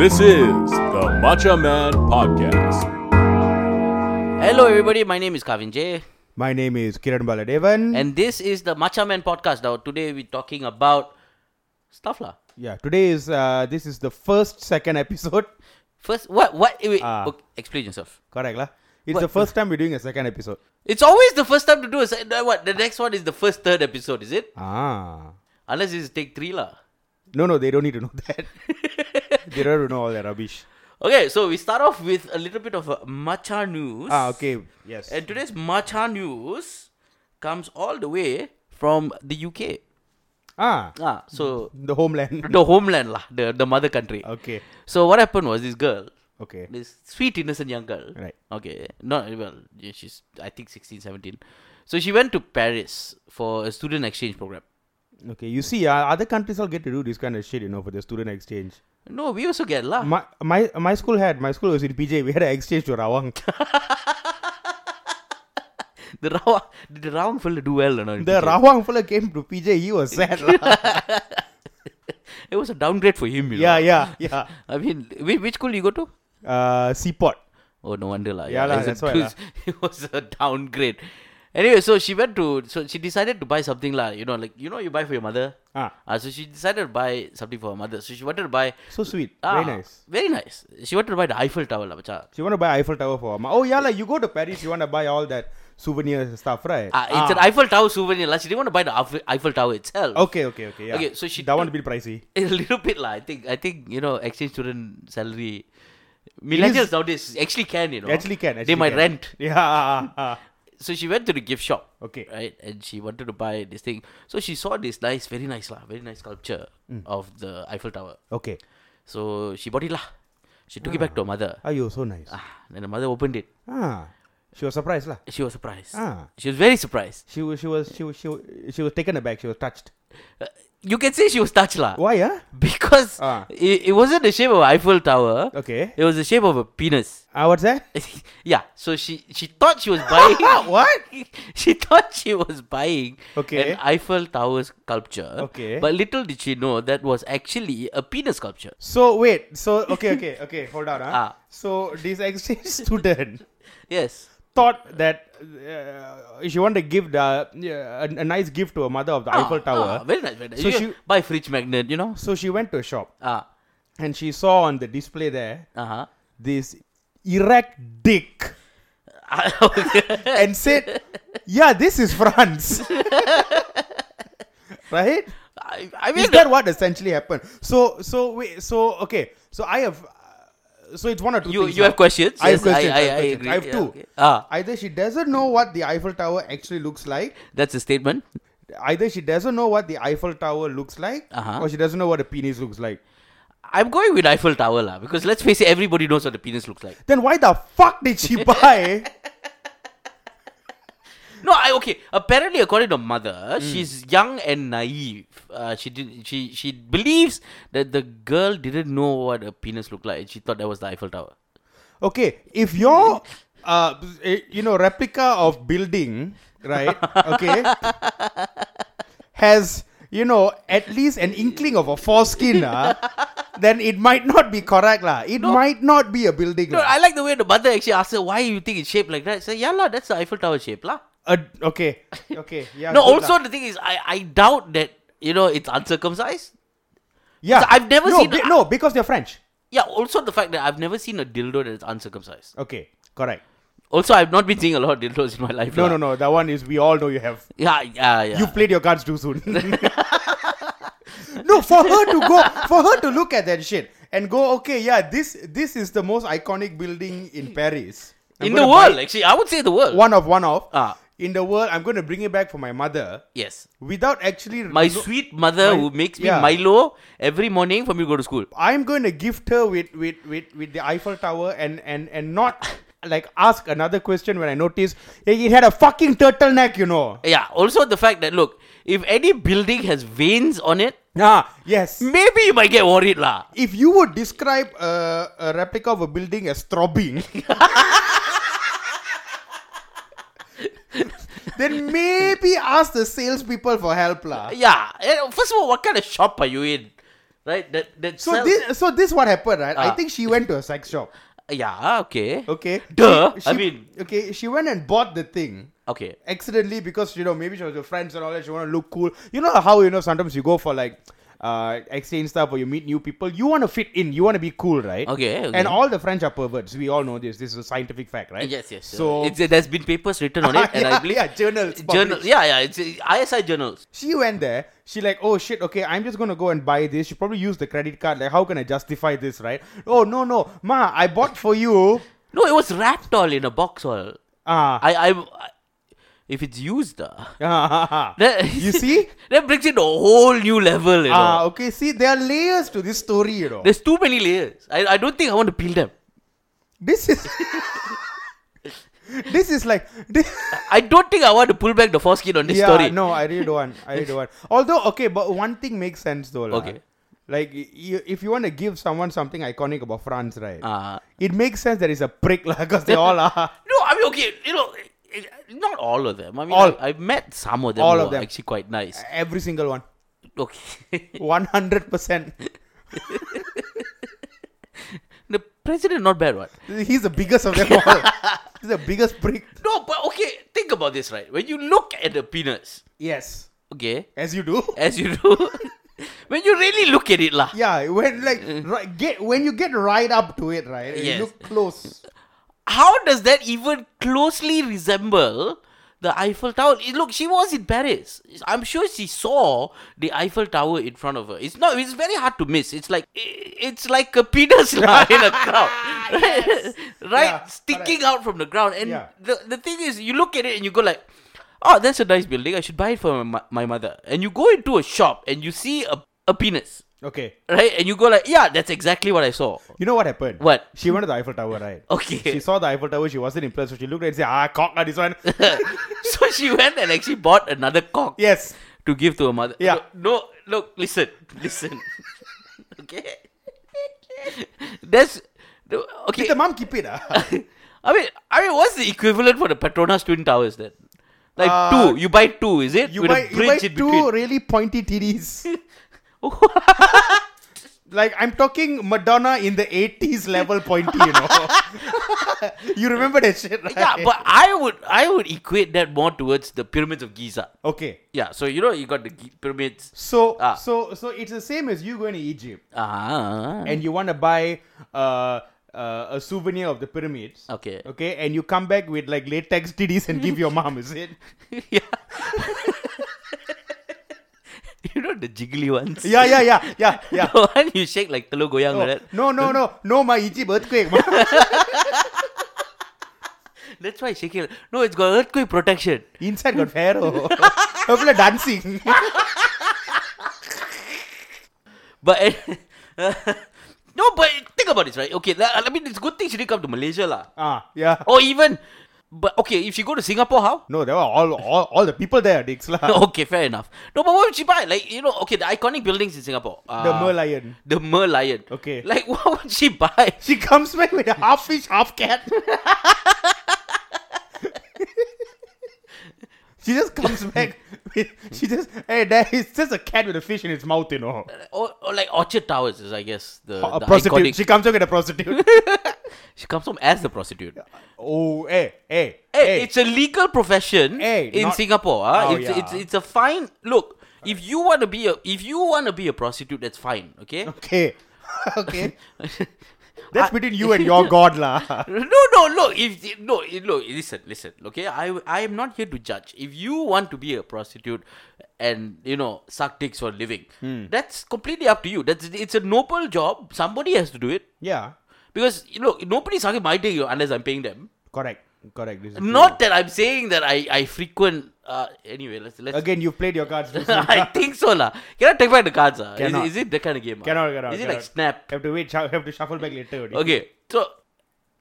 This is the Matcha Man Podcast. Hello, everybody. My name is Kavin J, My name is Kiran Baladevan. and this is the Matcha Man podcast. Now, today we're talking about stuff lah. yeah, today is uh, this is the first second episode. First, what what? eh, Wait, Ah. okay, explain yourself. Correct lah. It's What? the first time we're doing a second episode. It's always the first time to do a se- uh, what? The next one is the first third episode, is it? Ah. Unless it's take three lah. No, no, they don't need to know that. they don't need to know all that rubbish. Okay, so we start off with a little bit of uh, matcha news. Ah, okay. Yes. And today's matcha news comes all the way from the UK. ah, Ah, so the homeland. the homeland lah, the the mother country. okay. So what happened was this girl. Okay. this sweet innocent young girl Right. okay not well yeah, she's i think 16 17 so she went to paris for a student exchange program Okay. You see, uh, other countries all get to do this kind of shit, you know, for the student exchange. no we also get la My my my school had my school was in PJ. We had an exchange to Rawang. the rawa did the round fella do well or not in the PJ? Rawang fella came to PJ. He was sad. lah. it was a downgrade for him you yeah, know. yeah, yeah. i mean which, which school you go to Uh, seaport. oh no wonder la Yeah lah, that's why lah. it was a downgrade anyway so she went to so she decided to buy something la you know like you know you buy for your mother Ah, uh, so she decided to buy something for her mother so she wanted to buy so sweet. Ah, Very nice. Very nice. She wanted to buy the Eiffel Tower, lah, bacha. She want to buy Eiffel Tower for her. ma- Oh yeah, like you go to Paris, you want to buy all that souvenirs and stuff, right? Ah, it's an Eiffel Tower souvenir. lah. She didn't want to buy the Eiffel- Eiffel Tower itself. Okay, okay, okay. Yeah. Okay, so she that took- one a bit pricey. A little bit, lah. I think. I think you know, exchange student salary. Millennials nowadays actually can, you know. Actually can. Actually they might can. rent. Yeah. ah, ah, So she went to the gift shop. Okay. Right, and she wanted to buy this thing. So she saw this nice, very nice, lah, very nice sculpture Hmm. of the Eiffel Tower. ah. Okay. So she bought it, lah. She Ah. took it back to her mother. Are you so nice? Ah, then the mother opened it. Ah, she was surprised, lah. She was surprised. Ah. She was very surprised. She was, she was, she was, she was, she was taken aback. She was touched. Uh, you can say she was touched, lah. Why? Yeah. Because Ah. it, it wasn't the shape of Eiffel Tower. Okay. It was the shape of a penis. Ah, what's that? yeah. So she she thought she was buying. what? she thought she was buying Okay. an Eiffel Tower sculpture. Okay. But little did she know that was actually a penis sculpture. So wait. So okay, okay, okay. Hold on. Huh? Ah. So this exchange student. Yes. thought that uh, she wanted to give the, uh, a, a nice gift to her mother of the Eiffel Ah, Tower. ah, very nice. Very nice. So you she- buy fridge magnet. You know. so she went to a shop Ah. and she saw on the display there Uh this erect dick huh. and said, Yeah, this is France. right? I, I mean. Is that what essentially happened? So, so, wait, so, okay. So I have. uh, So it's one or two you things you now. have questions. I have yes, questions. I, I, have I questions. agree. I have Yeah, two. okay. Ah, Either she doesn't know what the Eiffel Tower actually looks like, that's a statement. either she doesn't know what the Eiffel Tower looks like, Uh-huh. or she doesn't know what a penis looks like. I'm going with Eiffel Tower lah because let's face it, everybody knows what the penis looks like. Then why the fuck did she buy? No, I okay. Apparently, according to Mm. mother, she's young and naive. Uh, she did she she believes that the girl didn't know what a penis looked like. and She thought that was the Eiffel Tower. okay, if your uh, eh, you know replica of building, right? Okay, has you know at least an inkling of a foreskin, ah, then it might not be correct, lah. It might not be a building. No, lah. I like the way the mother actually asked her why you think it's shaped like that. Say, yeah lah, that's the Eiffel Tower shape lah. A- okay, okay, yeah. no, good also lah. the thing is, I I doubt that you know it's uncircumcised. yeah. I've never no, seen be- a- no because they're French. Yeah, also the fact that I've never seen a dildo that is uncircumcised. Okay, correct. Also, I've not been seeing a lot of dildos in my life. lah. No, no, no. That one is we all know you have. Yeah, yeah, yeah. You played your cards too soon. no, for her to go, for her to look at that shit and go, okay, yeah, this this is the most iconic building in Paris I'm in the gonna buy world, actually, I would say the world. one of one of Ah. in the world. I'm going to bring it back for my mother Yes. without actually. My no- sweet mother my- who makes me yeah. Milo every morning for me to go to school. I'm going to gift her with with with with the Eiffel Tower and and and not like ask another question when I notice it it had a fucking turtleneck, you know. Yeah. Also, the fact that look, if any building has veins on it, Ah, yes. maybe you might get worried, lah. If you would describe uh, a replica of a building as throbbing, then maybe ask the salespeople for help, lah. Yeah. eh, First of all, what kind of shop are you in? right? That that So sells- this, so this what happened, right? I Ah. think she went to a sex shop. yeah, okay, Okay. Duh, She- I she- mean- Okay. She went and bought the thing. okay. accidentally because you know maybe she was with friends and all that she want to look cool you know how you know sometimes you go for like uh exchange stuff or you meet new people you want to fit in you want to be cool right Okay, okay. and all the friends are perverts we all know this this is a scientific fact right Yes, yes. so So it's, there's been papers written on it, and Yeah, I believe yeah, journals Journal, published. yeah, yeah. It's uh, ISI journals. she went there she like oh shit okay i'm just gonna go and buy this she probably used the credit card like how can i justify this right oh no no ma i bought for you No, it was rat doll in a box. All ah I, I, I if it's used, uh, that, you see that brings it to a whole new level. You ah know, okay see there are layers to this story you know there's too many layers. I, I don't think I want to peel them. This is this is like this, I don't think I want to pull back the foreskin on this yeah. story. No, I really don't want. I really don't want. Although okay, but one thing makes sense though. lah. Okay. Like y- you, if you want to give someone something iconic about France, right? Uh, it makes sense that it's a prick, because they all are. No, I mean, okay, you know, it- not all of them. I mean, All. I, have met some of them All who of are them. actually quite nice. Every single one, Okay. one hundred percent. the president, not bad, right? He's the biggest of them all. He's the biggest prick. No, but okay, think about this, right? When you look at the penis, Yes, okay, as you do. as you do, when you really look at it, lah, Yeah, when like right, get when you get right up to it, right? Mm. Yes. You look close. how does that even closely resemble the Eiffel Tower? It- Look, she was in Paris. I'm sure she saw the Eiffel Tower in front of her. It's not. It's very hard to miss. It's like i- it's like a penis lah in a crowd, right? Yeah, sticking out from the ground. And Yeah. the the thing is, you look at it and you go like. Oh, that's a nice building. I should buy it for my, my mother. And you go into a shop and you see a, a penis, Okay. right? And you go like, yeah, that's exactly what I saw. You know what happened? What? She went to the Eiffel Tower, right? Okay. She saw the Eiffel Tower, she wasn't impressed, so she looked at it and said, ah, cock lah, this one. so she went and actually bought another cock. yes. to give to a mother. Yeah. No, no, look, listen, listen. okay. That's the- okay. Did the mom keep it? ah? I mean, I mean, what's the equivalent for the Petronas Twin Towers then? Like Uh, two, you buy two, is it? You With a buy, you bridge buy in two between. really pointy titties. Like, I'm talking Madonna in the 80s level pointy, you know. you remember that shit, right? yeah, but I would, I would equate that more towards the pyramids of Giza. Okay. Yeah, so you know, you got the Gi- pyramids. So, Ah. so, so it's the same as you going to Egypt Ah, and you want to buy uh, uh, a souvenir of the pyramids. Okay. Okay. And you come back with like latex titties and give your mom, is it? yeah. you know the jiggly ones. Yeah, yeah, yeah, yeah, yeah. the one you shake like telur goyang, No, right? no, no, no, no, my Egypt earthquake. ma. That's why shaking. it. No, it's got earthquake protection. Inside got pharaoh. People are dancing. But no, but think about this, right? Okay, la- I mean it's good thing she didn't come to Malaysia lah. ah, yeah. Or even, but okay, if she go to Singapore, how? No, there were all, all, all the people there, dicks lah. No, okay, fair enough. No, but what would she buy? Like you know, okay, the iconic buildings in Singapore. Uh, The Merlion. The Merlion. Okay. Like what would she buy? She comes back with a half fish, half cat. she just comes back. With, she just, hey, there is just a cat with a fish in its mouth, you know. Or, or like Orchard Towers is, I guess, the, A Uh, the prostitute. iconic. She comes back with a prostitute. She comes home as the prostitute. oh, hey, hey, Hey, it's a legal profession Hey, in not- Singapore. ah. Oh, it's, yeah. it's it's a fine. Look, if you want to be a if you want to be a prostitute, that's fine. Okay. Okay. okay. That's between you and your God, lah. No, no, look. If no, look, listen, listen. Okay, I I am not here to judge. If you want to be a prostitute, and you know suck dicks for a living, Hmm. that's completely up to you. That's it's a noble job. Somebody has to do it Yeah. because look, nobody's sucking my dick unless I'm paying them. Correct. Correct. This is Not that I'm saying that I I frequent. Uh, anyway, let's true. let's again. You've played your cards. Lucy. I think so, lah. Can I take back the cards? ah? Is, Cannot. is it that kind of game? ah? Cannot, cannot, Is it like cannot. snap? have to wait. shu- Have to shuffle back later. only. Okay, so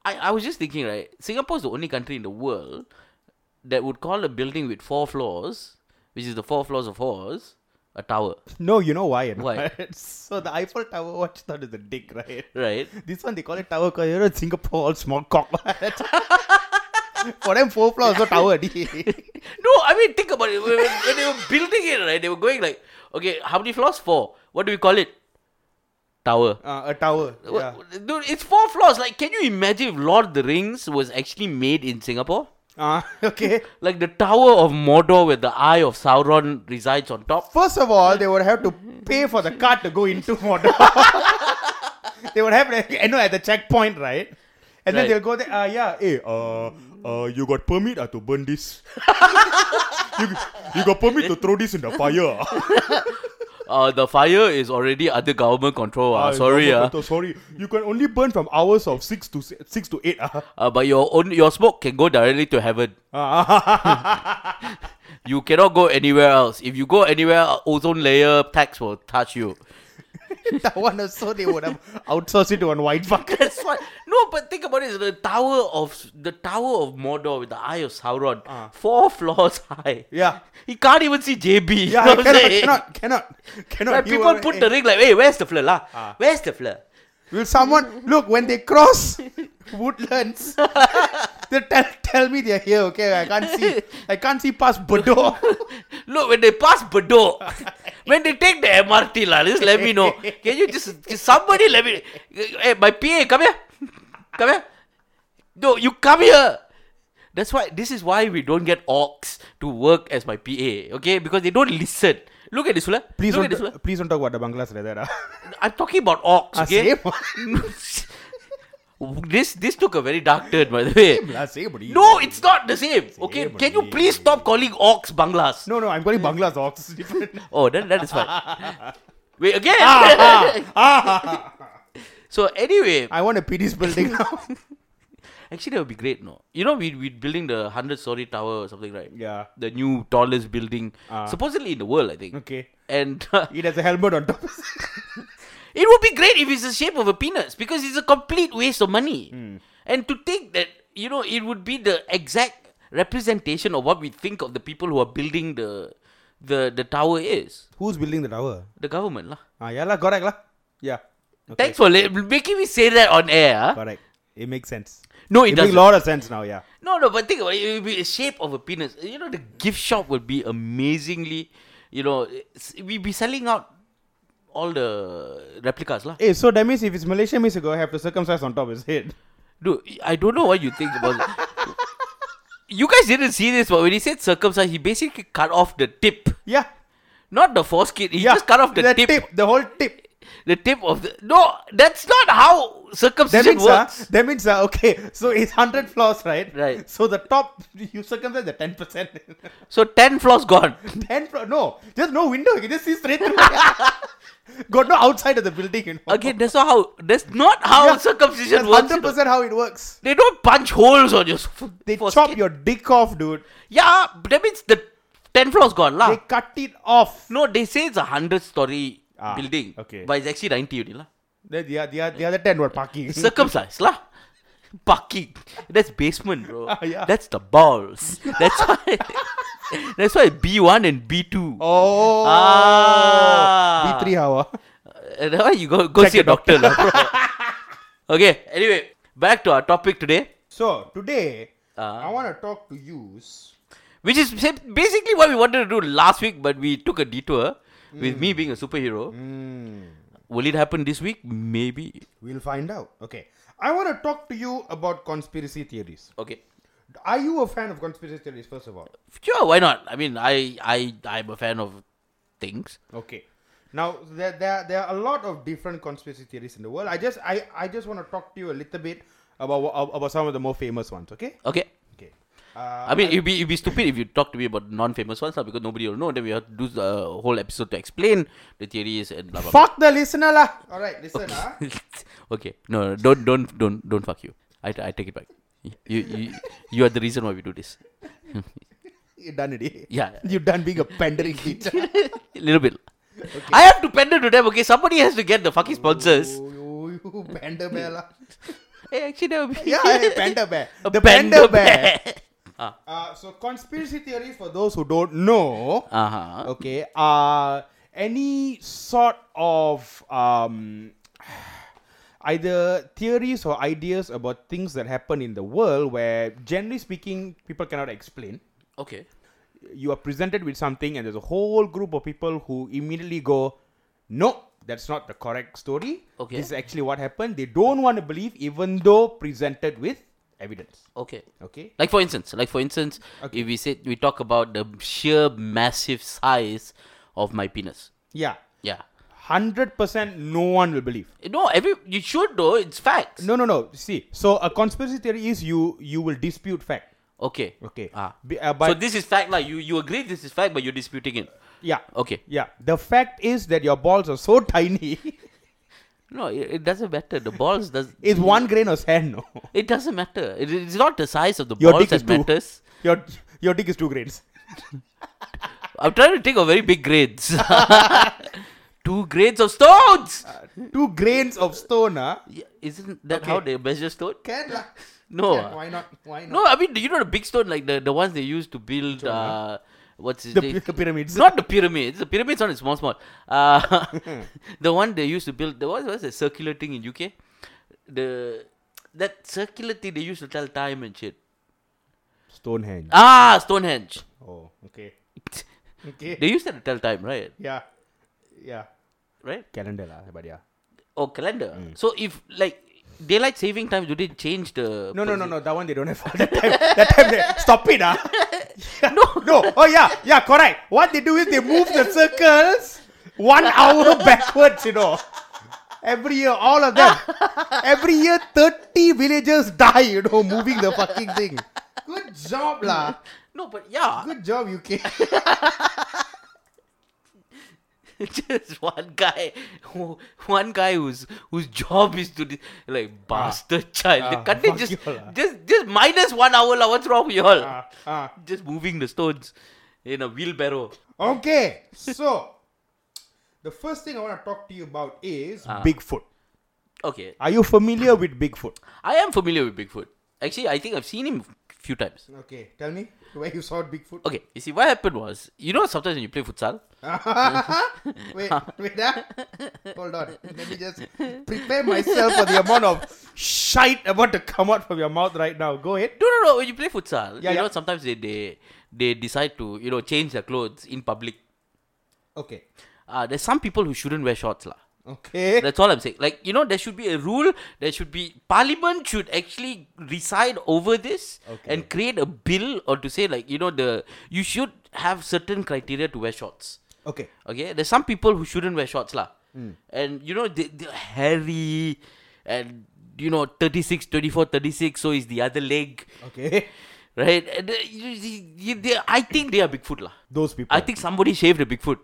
I, I was just thinking, right? Singapore is the only country in the world that would call a building with four floors, which is the four floors of horse, a tower, No, you know why? you know? Why? so the Eiffel Tower, what you thought is a dick, right? right? This one they call it tower because you know in Singapore all small cock. For them, four floors so tower. di. No, I mean think about it. When, when when they were building it, right? They were going like, okay, how many floors? Four. What do we call it? tower. Uh, a tower. Yeah. What- Dude, it's four floors. Like, can you imagine if Lord of the Rings was actually made in Singapore? Uh, okay. Like the Tower of Mordor, where the Eye of Sauron resides on top. First of all, they would have to pay for the cart to go into Mordor. they would have, like, you know, at the checkpoint, right? And then Right. they'll go there. Uh, yeah. Hey, uh, uh, you got permit uh, to burn this? you, you got permit to throw this in the fire? Uh, the fire is already under government control. ah. Ah, sorry, no, ah. no, no, Sorry. You can only burn from hours of six to si- six to eight. Uh. Uh, but your own your smoke can go directly to heaven. Ah, You cannot go anywhere else. If you go anywhere, uh, ozone layer tax will touch you. that one also they would have outsourced it to one white fucker. That's why. No, but think about it. The Tower of the Tower of Mordor with the Eye of Sauron, four floors high. Ah. Yeah. He can't even see JB. Yeah, you know I what I'm cannot, saying? cannot, cannot, cannot. Right, You people were- put the ring like, hey, where's the fleur? lah? Ah. Where's the fleur? Will someone look when they cross woodlands? they tell tell me they're here. Okay, I can't see. I can't see past Bodo. Look, when they pass Bedok, when they take the MRT, lah, just let me know. Can you just, just somebody let me? Hey, my PA, come here, come here. No, you come here. That's why. This is why we don't get orcs to work as my PA. Okay, because they don't listen. Look at this, fella. Please Look at don't. this, fella. please don't talk about the Banglas, rather. ah. I'm talking about orcs. Ah, Okay. this this took a very dark turn, by the way. Lah, say, buddy. No, it's not the same. Okay, Same can you only. please stop calling orcs Banglas? No, no, I'm calling Banglas ox. It's different. Oh, then that is fine. Wait again. Ah. so anyway, I want to pee this building now. actually that would be great, no? You know, we we building the hundred story tower or something, right? yeah. The new tallest building, Ah. supposedly in the world, I think. Okay. And It has a helmet on top. it would be great if it's the shape of a penis because it's a complete waste of money. Hmm. And to think that you know it would be the exact representation of what we think of the people who are building the the the tower is Who's building the tower? the government lah. Ah, yeah, lah, correct, lah. Yeah. Okay, Thanks for li- making me say that on air. ah. Correct. It makes sense. No, it It, makes doesn't. a lot of sense now. Yeah. No, no, but think about it. It would be the shape of a penis. You know, the gift shop would be amazingly, you know, it's- we'd be selling out all the replicas, lah. Hey, Eh, so that means if it's Malaysian means you go have to circumcise on top of his head. Dude, I don't know what you think about it. You guys didn't see this, but when he said circumcised, he basically cut off the tip, Yeah. not the foreskin. He yeah. just cut off the, tip, The whole tip. the tip of the. No, that's not how That circumcision means, uh, works. that means, uh, okay, so it's 100 floors, right? Right. So the top, you circumcise the 10%. So ten floors gone. 10 floor, no, just no window, you can just see straight through. Got no outside of the building, you know. Again, that's not how. That's not how Yeah, circumcision That's works. you 100% know. how it works. They don't punch holes on your. f- They foreskin. chop your dick off, dude. Yeah, but that means the 10 floors gone lah. They cut it off. no, they say it's a 100 story Ah, building. okay. But it's actually 90 only lah. The, the, the, the other 10 were parking. Circumcised lah. Parking. That's basement, bro. Ah, yeah. That's the balls. That's why. that's why B1 and B2. Oh. Ah. B3 hour. Uh, that why you go, go Check see a your doctor lah, bro. okay, anyway, back to our topic today. So, today, Ah. I want to talk to you. Which is sa- basically what we wanted to do last week, but we took a detour Hmm. with me being a superhero. Will it happen this week? Maybe. We'll find out. Okay. I want to talk to you about conspiracy theories. Okay. Are you a fan of conspiracy theories, first of all? Sure, why not? I mean, I, I, I'm a fan of things. Okay. Now there, there, there are a lot of different conspiracy theories in the world. I just I, I just want to talk to you a little bit about wha- about some of the more famous ones. Okay. Okay. Okay. Uh, I mean, it'd be, it'd be stupid if you talk to me about non-famous ones, lah, because nobody will know. Then we have to do a whole episode to explain the theories and blah blah. blah. fuck the listener lah. All right, listen ah. okay. No, no, don't, don't, don't, don't fuck you. I, I take it back. You, you, you are the reason why we do this. You done it. eh? Yeah. You done being a pandering teacher. little bit. I have to pander to them. Okay, somebody has to get the fucking sponsors. Oh, you, you panda bear lah. Hey, actually, that would be Yeah, hey, panda bear. a the panda, bear. ah, Uh, so conspiracy theories for those who don't know. uh-huh. okay uh any sort of um either theories or ideas about things that happen in the world where generally speaking people cannot explain Okay. you are presented with something and there's a whole group of people who immediately go no That's not the correct story. Okay. This is actually what happened. They don't want to believe, even though presented with evidence. Okay. Okay. Like for instance, like for instance, Okay. if we say we talk about the sheer massive size of my penis. Yeah. Yeah. Hundred percent, no one will believe. Eh, No, every you should though. It's facts. No, no, no. See, so a conspiracy theory is you you will dispute fact. Okay. Okay. Ah. Be- uh, so but this is fact, like you you agree this is fact, but you're disputing it. yeah. Okay. Yeah. The fact is that your balls are so tiny. No, it, it doesn't matter. The balls does. it's one grain of sand. No. It doesn't matter. It, it's not the size of the Your balls dick is that two. matters. Your your dick is two grains. I'm trying to think of very big grades. Two grades of stones. Two grains of stone, huh? Uh, Yeah, Isn't that Okay. how they measure stone? Can lah. No. Can, why not? Why No, I mean you know the big stone like the the ones they use to build uh what's his The name? py- pyramids. Not the pyramids. The pyramids aren't small small. Uh, Hmm. the one they used to build the what was the circular thing in UK? The that circular thing they used to tell time and shit. Stonehenge. Ah, Stonehenge. Oh, okay. Okay. They used that to tell time, right? yeah. Yeah. Right? Calendar lah, but yeah. Or calendar. Hmm. So if like daylight saving time, do they change the? No, no, no, posi- no. That one they don't have. that time, that time they stop it, ah. Yeah. No. no. Oh yeah, yeah, correct. What they do is they move the circles one hour backwards. You know, every year, all of them. Every year, thirty villagers die. You know, moving the fucking thing. Good job, lah. No, but yeah, Good job, UK. just one guy, who- one guy whose whose job is to de- like bastard child. ah, Can't they fuck just you all, ah. just just minus one hour lah? What's wrong with y'all? Ah, ah. Just moving the stones in a wheelbarrow. Okay, so the first thing I want to talk to you about is Bigfoot. Okay, Are you familiar with Bigfoot? I am familiar with Bigfoot. Actually, I think I've seen him few times. Okay, tell me where you saw Bigfoot. Okay, you see what happened was, you know, sometimes when you play futsal, wait, wait, ah. hold on. Let me just prepare myself for the amount of shite about to come out from your mouth right now. Go ahead. No, no, no. When you play futsal, Yeah, you know yeah. sometimes they, they they decide to you know change their clothes in public. Okay, Uh, there's some people who shouldn't wear shorts lah. okay. That's all I'm saying. Like you know, there should be a rule. There should be Parliament should actually reside over this Okay. and create a bill or to say like you know the you should have certain criteria to wear shorts. Okay, Okay, there's some people who shouldn't wear shorts lah, Hmm. and you know they, they're hairy, and you know 36, 24, 36. So is the other leg. okay. Right? And, uh, you- you- you- they- I think they are Bigfoot. lah. Those people. I think somebody shaved a Bigfoot.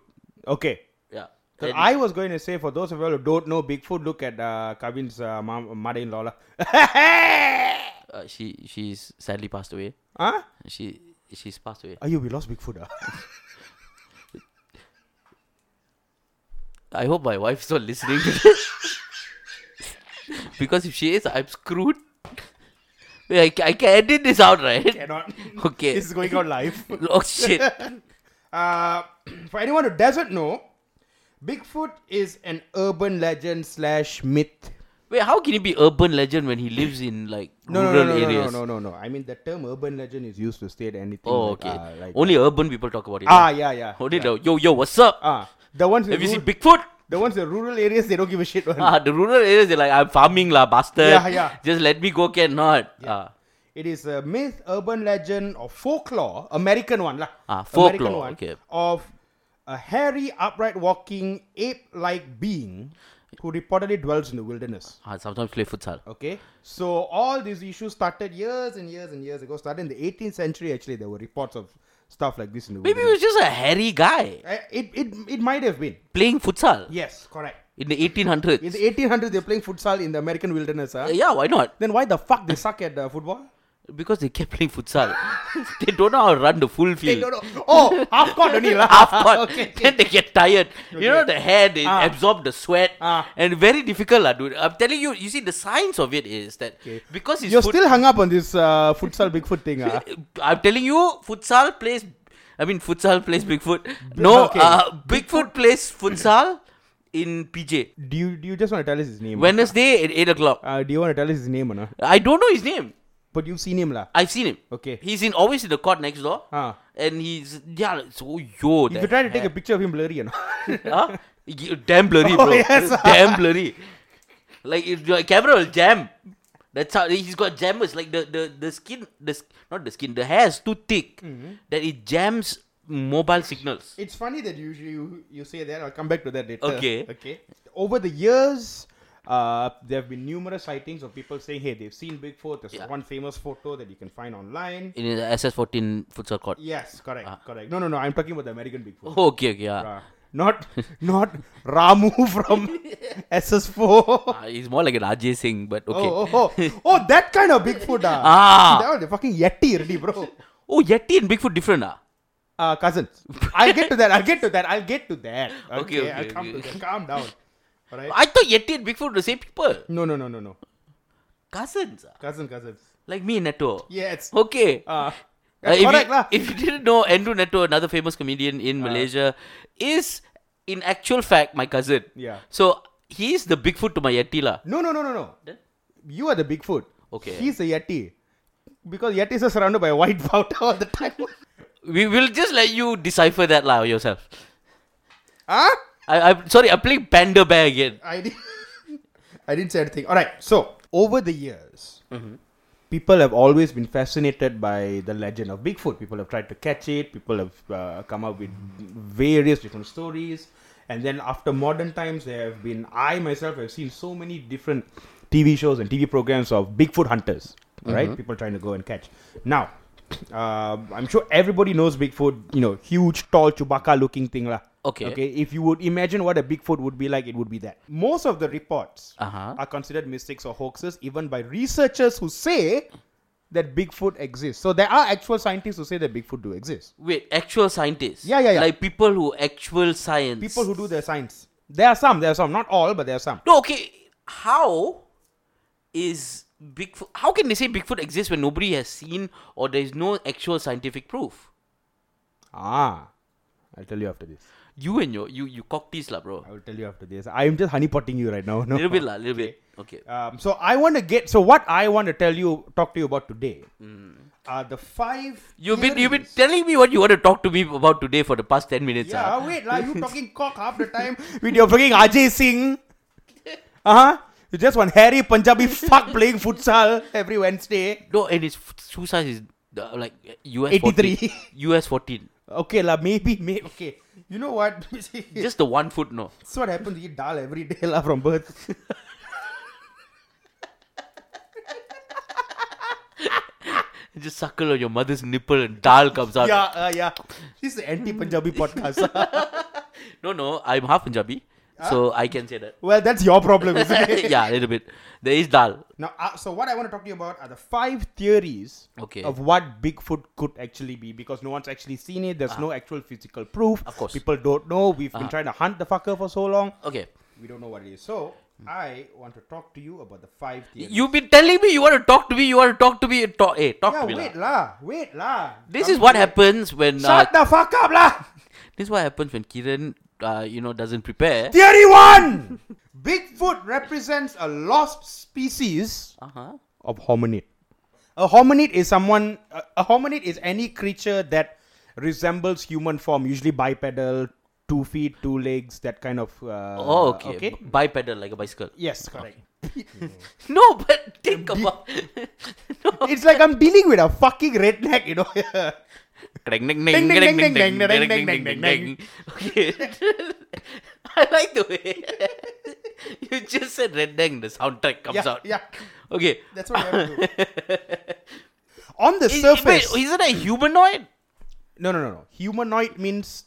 Okay. Yeah. 'Cause And- I was going to say, for those of you who don't know Bigfoot, look at uh, Kavin's uh, mom, mother-in-law. lah. uh, she she's sadly passed away. huh? She she's passed away. Oh, yeah, we lost Bigfoot. ah. I hope my wife's not listening to this. because if she is, I'm screwed. Wait, I, ca- I can edit this out, right? Cannot. Okay. This is going on live. Oh shit. Uh, for anyone who doesn't know, Bigfoot is an urban legend slash myth. Wait, how can he be urban legend when he lives in like No, no, rural no, no, no, no, areas? no, no, no. I mean, the term urban legend is used to state anything. Oh, like, okay. uh, like- Only urban people talk about it. ah, yeah, yeah. Only yeah. the yo yo, what's up? Ah, the ones in Have you seen ru- Bigfoot? the ones in rural areas they don't give a shit. One. Ah, the rural areas, they're like, I'm farming lah, bastard. Yeah, yeah. Just let me go, cannot. Ah, It is a myth, urban legend, or folklore, American one, lah. Ah, American folklore, one okay. of a hairy, upright walking ape-like being who reportedly dwells in the wilderness. ah, sometimes play futsal. Okay, so all these issues started years and years and years ago. Started in the 18th century, actually, there were reports of stuff like this in the Maybe he wilderness. was just a hairy guy Uh, it, it it might have been. playing futsal Yes, correct. in the 1800s. In the 1800s, they're playing futsal in the American wilderness. Huh? Uh, yeah, why not? Then why the fuck they suck at uh, football? Because they kept playing futsal. they don't know how to run the full field. They don't know. Oh, half court only lah. Half court. Okay. Then they get tired. You know the hair they Ah. absorb the sweat Ah. and very difficult, lah, dude. I'm telling you. You see, the science of it is that Okay. because it's You're still hung up on this uh, futsal Bigfoot thing, huh? I'm telling you, futsal plays. I mean, futsal plays Bigfoot. No, okay. uh, Bigfoot plays futsal in PJ. Do you do you just want to tell us his name? Wednesday at eight o'clock. Uh, do you want to tell us his name or not? I don't know his name. But you've seen him lah. I've seen him. Ah. Okay. He's in always in the court next door. Ah. And he's yeah. So yo. If you try to take a picture of him blurry, you know. huh? You- Damn blurry, Oh, bro. yes. Damn blurry. Like if the camera will jam. That's how he's got jammers. Like the the, the skin, the s- not the skin, the hair is too thick Mm-hmm. that it jams mobile signals. It's funny that you you, you say that. I'll come back to that later. Okay. Okay. Over the years, uh, there have been numerous sightings of people saying, "Hey, they've seen Bigfoot." There's Yeah. one famous photo that you can find online. In the SS14 futsal court. Yes, correct, correct. No, no, no. I'm talking about the American Bigfoot. Ah. Oh, okay, okay, yeah. Uh, not not Ramu from SS4. Uh, he's more like an Ajay Singh, but okay. Oh, oh, oh, oh, that kind of Bigfoot. Ah. Ah. That was the fucking Yeti, really, bro. Oh, Yeti and Bigfoot different, ah. Uh, cousins. I'll get to that. I'll get to that. I'll get to that. Okay, okay, I'll come okay. to that. Calm down. All right. I thought Yeti and Bigfoot were the same people. No, no, no, no, no. Cousins, ah. Cousin, cousins. like me and Neto. Yes. Okay. Uh, Uh, if, correct, you, lah. if you didn't know, Andrew Neto, another famous comedian in Malaysia, is in actual fact my cousin. Yeah. So he is the Bigfoot to my Yeti lah. No, no, no, no, no. Then? You are the Bigfoot. Okay. He's a Yeti. Because Yetis are surrounded by white powder all the time. We will just let you decipher that lah yourself. huh? I, I'm sorry, I'm playing Panda Bear again. I didn't. I didn't say anything. All right. So over the years, people have always been fascinated by the legend of Bigfoot. People have tried to catch it. People have uh, come up with various different stories. And then after modern times, there have been. I myself have seen so many different TV shows and TV programs of Bigfoot hunters. Right? People trying to go and catch. Now. Uh, I'm sure everybody knows Bigfoot, you know, huge, tall, Chewbacca looking thing. lah. Okay. Okay. If you would imagine what a Bigfoot would be like, it would be that. Most of the reports Uh-huh. are considered mistakes or hoaxes, even by researchers who say that Bigfoot exists. So there are actual scientists who say that Bigfoot do exist. Wait, actual scientists. Yeah, yeah, yeah. Like people who actual science. People who do their science. There are some. There are some. Not all, but there are some. No, okay. How is Bigfoot? How can they say Bigfoot exists when nobody has seen or there is no actual scientific proof? Ah, I'll tell you after this. You and your you you cock tease lah, bro. I will tell you after this. I'm just honeypotting you right now. No. Little bit lah, little bit. Okay. Um, so I want to get. So what I want to tell you, talk to you about today, are the five. Hmm. You've been you've been theories- telling me what you want to talk to me about today for the past ten minutes. Yeah, ah. wait, lah. You talking cock half the time with your fucking Ajay Singh. Uh huh. You just want Harry Punjabi fuck playing futsal every Wednesday. No, and his f- shoe size is uh, like uh, US 83. 14. US fourteen. Okay, lah. Maybe, maybe. Okay. You know what? That's Just the one foot, no. what happens. You eat dal every day, lah, from birth. Just suckle on your mother's nipple and dal comes out. yeah, uh, yeah. This is the anti-Punjabi podcast. No, no, I'm half Punjabi, so I can say that. well, Ah. that's your problem, isn't it? yeah, a little bit. There is dal. Now, uh, so what I want to talk to you about are the five theories Okay. of what Bigfoot could actually be because no one's actually seen it. There's no actual physical proof. Ah. Of course. Ah. People don't know. We've been trying to hunt the fucker for so long. Okay. We don't know what it is. So, Hmm. I want to talk to you about the five theories. You've been telling me you want to talk to me, you want to talk to me, and talk, hey, talk to yeah, me. lah. wait, lah. Wait, lah. This Come is what here. happens when uh, Shut the fuck up, lah. this is what happens when Kiran uh, you know doesn't prepare. Theory one Bigfoot represents a lost species Uh-huh. of hominid. A hominid is someone. A, a hominid is any creature that resembles human form, usually bipedal, two feet, two legs, that kind of. Uh, Oh, okay. B- bipedal like a bicycle. Yes, correct. No, but think about no. it's like I'm dealing with a fucking redneck, you know. Ding, ding, Ding, ding, ding, ding, ding, ding, ding, ding, ding, ding, ding, ding, ding, ding, ding. Okay. I like the way you just said redneck. The soundtrack comes yeah, out. yeah. Okay. That's what I have to do. On the Is, surface, wait, is it a humanoid? no, no, no, no. Humanoid means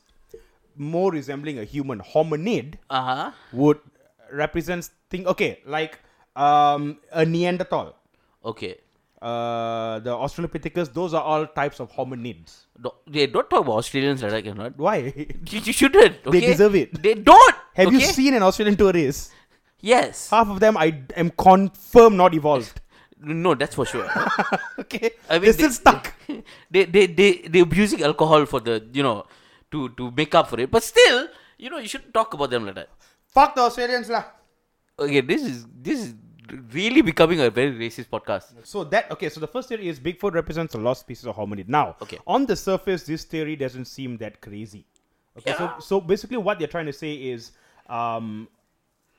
more resembling a human. Hominid Uh huh. would represents thing. Okay, like um, a Neanderthal. Okay. uh, the Australopithecus, those are all types of hominids. No, they don't talk about Australians like that, you know. Why? You, you shouldn't. Okay? deserve it. They don't. Have you okay? seen an Australian tourist? Yes. Half of them, I am confirm not evolved. No, that's for sure. okay, I mean, they're still stuck. They they they they're abusing alcohol for the you know to to make up for it. But still, you know, you shouldn't talk about them like that. Fuck the Australians lah. Okay, this is this is really becoming a very racist podcast. So that okay. So the first theory is Bigfoot represents a lost species of hominid. Now, Okay. on the surface, this theory doesn't seem that crazy. Okay, Yeah. so so basically, what they're trying to say is um,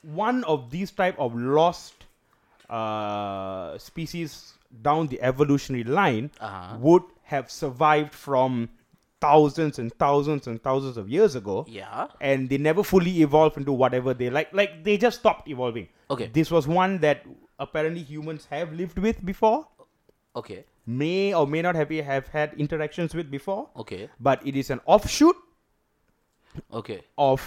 one of these type of lost uh, species down the evolutionary line Uh-huh. would have survived from thousands and thousands and thousands of years ago Yeah. and they never fully evolved into whatever they like like they just stopped evolving Okay. this was one that apparently humans have lived with before Okay. may or may not have, have had interactions with before Okay. but it is an offshoot Okay. of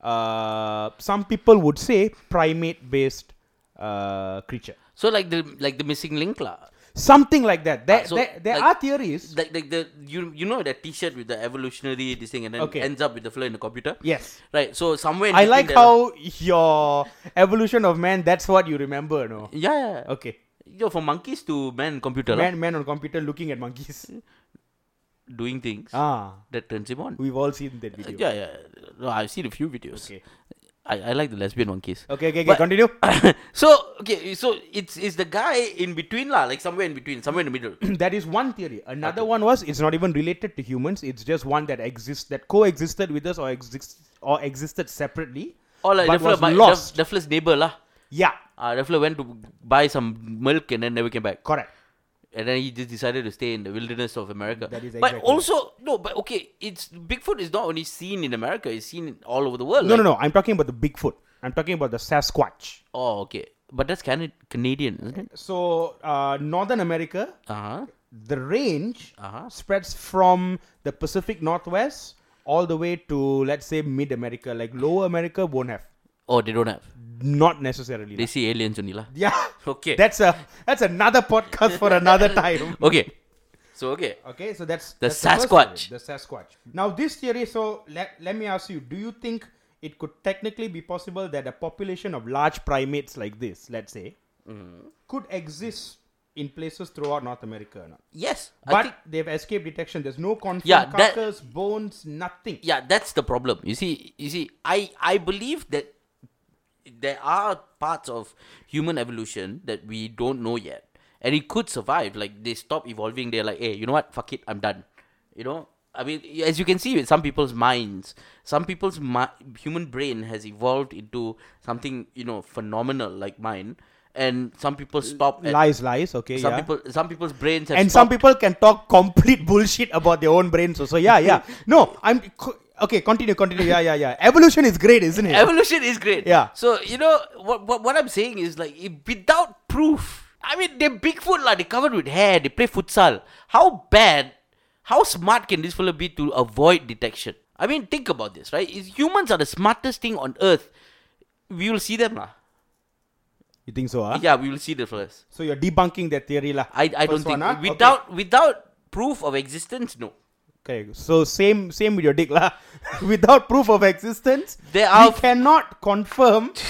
uh, some people would say primate based uh, creature So like the like the missing link lah. something like that there, Ah, so, there, there like- are theories Like like the you you know that T-shirt with the evolutionary this thing and then Okay. ends up with the flair in the computer. yes Right. So somewhere. in i between like there are- how your evolution of man that's what you remember no Yeah. yeah. yeah. okay Yo, from monkeys to man computer lah, man man on computer looking at monkeys doing things ah that turns him on. we've all seen that video Yeah, yeah. No, I've seen a few videos. okay I, I like the lesbian monkeys. okay okay, okay But- continue so okay, so it's it's the guy in between lah, like somewhere in between, somewhere in the middle. that is one theory. Another one was it's not even related to humans. It's just one that exists that coexisted with us or exists or existed separately. Or like but the was my lost. The, the neighbor lah. yeah, Uh, Raffler went to buy some milk and then never came back. correct. And then he just decided to stay in the wilderness of America. That is But exactly- also, no, but okay, it's Bigfoot is not only seen in America, it's seen all over the world. No, like- no, no. I'm talking about the Bigfoot. I'm talking about the Sasquatch. Oh, okay. But that's Can- Canadian, isn't it? So uh, Northern America, Uh huh. the range Uh-huh. spreads from the Pacific Northwest all the way to let's say Mid America, like Lower America won't have. Oh, they don't have. Not necessarily. They see aliens only lah. yeah. Okay. That's a that's another podcast for another time. okay. So okay. Okay, so that's The that's first Sasquatch. theory, the Sasquatch. Now, this theory. So let let me ask you: Do you think it could technically be possible that a population of large primates like this, let's say, could exist in places throughout North America or not? Yes. I But think, they've escaped detection. There's no confirmed Yeah, that- carcass, bones, nothing. yeah, that's the problem. You see, you see, I I believe that there are parts of human evolution that we don't know yet, and it could survive. Like they stop evolving, they're like, hey, you know what? Fuck it, I'm done. You know. I mean, as you can see with some people's minds, some people's mi- human brain has evolved into something you know phenomenal like mine, and some people stop. At, Lies, lies. Okay, some yeah. people, some people's brains have and stopped. some people can talk complete bullshit about their own brains. So, so yeah, yeah. No, I'm co- okay. Continue, continue. Yeah, yeah, yeah. Evolution is great, isn't it? Evolution is great. Yeah. So you know what what, what I'm saying is like if without proof. I mean they're Bigfoot like they covered with hair, they play futsal. How bad how smart can this fella be to avoid detection? I mean think about this, right? Is humans are the smartest thing on earth. We will see them lah. you think so? Huh? Yeah, we will see the first. So you're debunking that theory lah. I I don't First think one, ah? without without proof of existence, no. okay. okay. So same same with your dick lah. Without proof of existence, There are- we cannot confirm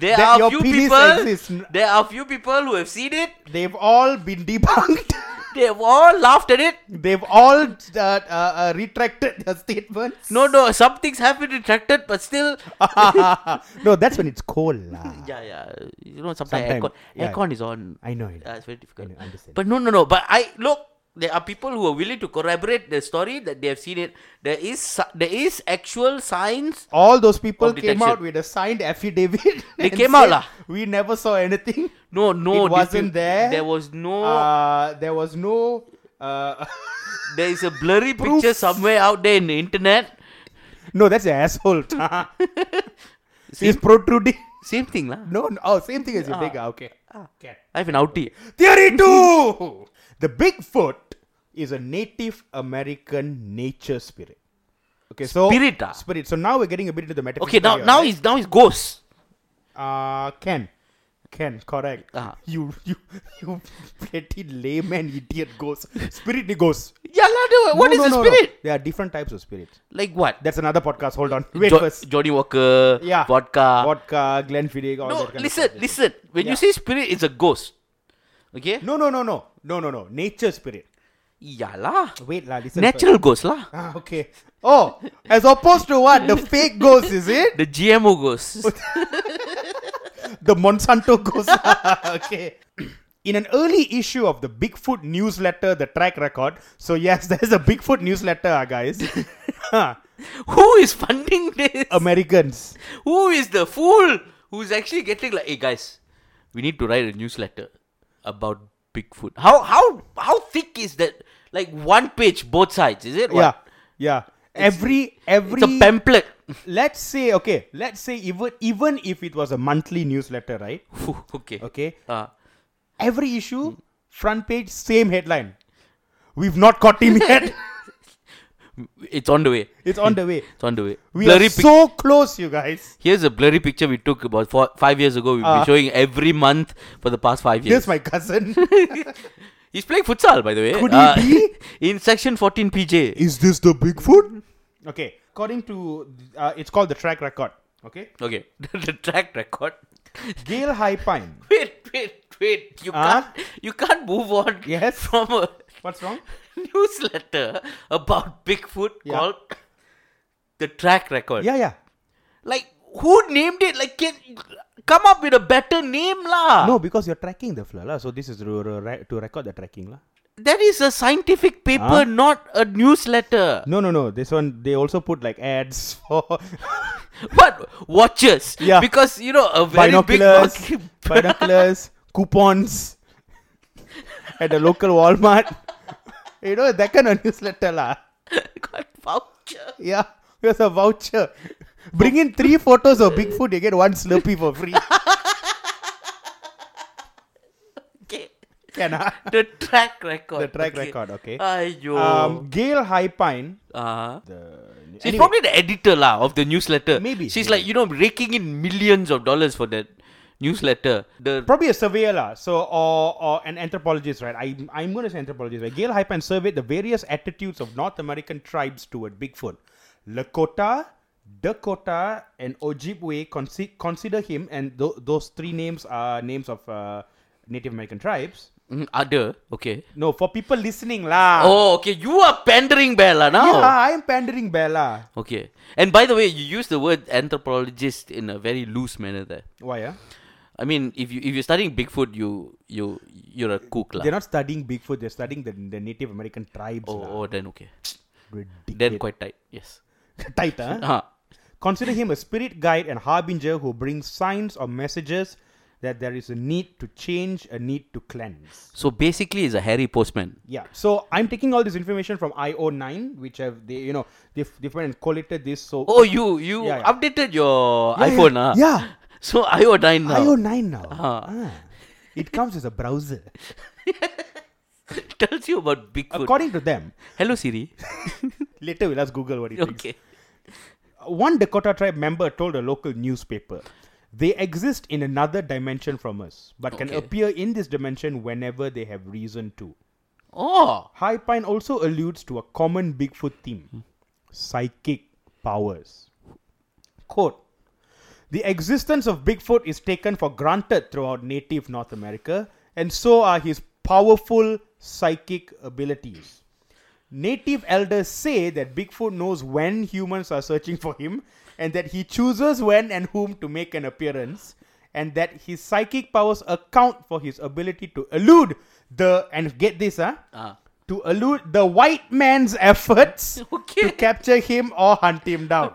There That are your few penis people exists. there are few people who have seen it, they've all been debunked. they have all laughed at it. they've all uh, uh, uh, retracted their statements. No, no, some things have been retracted, but still, no, that's when it's cold lah. yeah, yeah. You know, sometimes Sometime, aircon, yeah. aircon is on. I know it. Yeah, it's very difficult. I know, understand. But no, no, no. But I look. There are people who are willing to corroborate the story that they have seen it. There is sci- there is actual science. all those people Of came detection. out with a signed affidavit. They and came out said, lah. We never saw anything. No, no, it this wasn't thing- there. There was no. Uh, there was no. Uh, there is a blurry picture somewhere out there in the internet. no, that's an asshole. He's protruding. Same thing, lah. No, no, oh, same thing as your big. ah, Okay. okay. I have an outie. Theory two: The Bigfoot is a Native American nature spirit. Okay, so Spirit, ah. Spirit. So now we're getting a bit into the metaphor. Okay, now now is he's now he's ghosts. uh Ken. Ken, correct. Ah. You you you pretty layman idiot ghost. Spirit ni ghost. Yeah, lah. there- What No, is no, a no, no. spirit? There are different types of spirits. Like what? That's another podcast. Hold on. Wait Jo- first. Johnny Walker. Yeah. Vodka. Vodka, Glenfiddich, all that No, kind of listen, stuff. listen. When you Yeah. say spirit, it's a ghost. Okay? No, no, no, no. No, no, no. Nature spirit. Yeah lah. Wait, la, listen. Natural ghost lah. first. Ah, okay. Oh, as opposed to what? The fake ghost, is it? The GMO ghost. the Monsanto goes. okay. In an early issue of the Bigfoot newsletter, the track record. So yes, there's a Bigfoot newsletter, ah, guys. Huh. Who is funding this? Americans. Who is the fool who's actually getting like, hey guys, we need to write a newsletter about Bigfoot. How how how thick is that? Like one page, both sides, is it? Yeah, What? yeah. Every every It's a pamphlet. let's say okay, let's say even even if it was a monthly newsletter, right? Phew, okay. Okay, Uh, every issue front page same headline. We've not caught him yet. it's on the way. it's on the way. It's on the way. We blurry are pic- so close, you guys. Here's a blurry picture we took about four, five years ago. We've Ah. been showing every month for the past five years. Here's my cousin. He's playing futsal, by the way. Uh, Could he be? In section 14 PJ. Is this the Bigfoot? Okay, according to uh, it's called the track record. Okay, Okay, the track record. Gale High Pine. Wait, wait, wait! You Huh? can't, you can't move on Ah. Yes. from a What's wrong? newsletter about Bigfoot Yeah. called the track record. Yeah, yeah. Like who named it? Like can come up with a better name, lah. No, because you're tracking the floor, lah. So this is to, re- to record the tracking, lah. that is a scientific paper, Huh? not a newsletter. No, no, no. This one they also put like ads for But watches, Yeah. because you know a very binoculars, big market. binoculars, coupons at the local Walmart. you know that kind of newsletter, lah. got voucher. Yeah, here's a voucher. Bring in three photos of Bigfoot, you get one Slurpee for free. Okay, Can ah? I? the track record. The track okay. record, okay. Ayo. Um, Gale High Pine. uh-huh. She's Anyway, probably the editor lah of the newsletter. Maybe, She's like, maybe. you know, raking in millions of dollars for that newsletter. The probably a surveyor lah. So or, or an anthropologist, right? I I'm gonna say anthropologist. Right? Gail Hypan surveyed the various attitudes of North American tribes toward Bigfoot. Lakota, Dakota, and Ojibwe consi- consider him, and tho- those three names are names of uh, Native American tribes. Mm, other okay. No, for people listening lah. Oh, okay. You are pandering Bella now. Ah. Yeah, I'm pandering Bella. Okay. And by the way, you use the word anthropologist in a very loose manner there. Why? ah? I mean, if you if you're studying Bigfoot, you you you're a cook lah. They're not studying Bigfoot. They're studying the, the Native American tribes. lah. oh, oh, then okay. Then Ridiculous. quite tight. Yes. tight, ah? huh? Uh-huh. Consider him a spirit guide and harbinger who brings signs or messages that there is a need to change, a need to cleanse. So basically, it's a hairy postman. Yeah. So I'm taking all this information from IO9, which have they, you know, they've, they've went and collated this. So Oh, you you Yeah, yeah. updated your Yeah, iPhone, yeah. ah? Yeah. So iodine now. IO9 now. Ah. Ah. It comes as a browser. tells you about Bigfoot. According to them, Hello Siri. later we'll ask Google what it thinks. okay. One Dakota tribe member told a local newspaper, they exist in another dimension from us, but can Okay. appear in this dimension whenever they have reason to. Oh, High Pine also alludes to a common Bigfoot theme psychic powers. Quote The existence of Bigfoot is taken for granted throughout native North America, and so are his powerful psychic abilities. Native elders say that Bigfoot knows when humans are searching for him and that he chooses when and whom to make an appearance and that his psychic powers account for his ability to elude the and get this huh Ah. to elude the white man's efforts Okay. to capture him or hunt him down.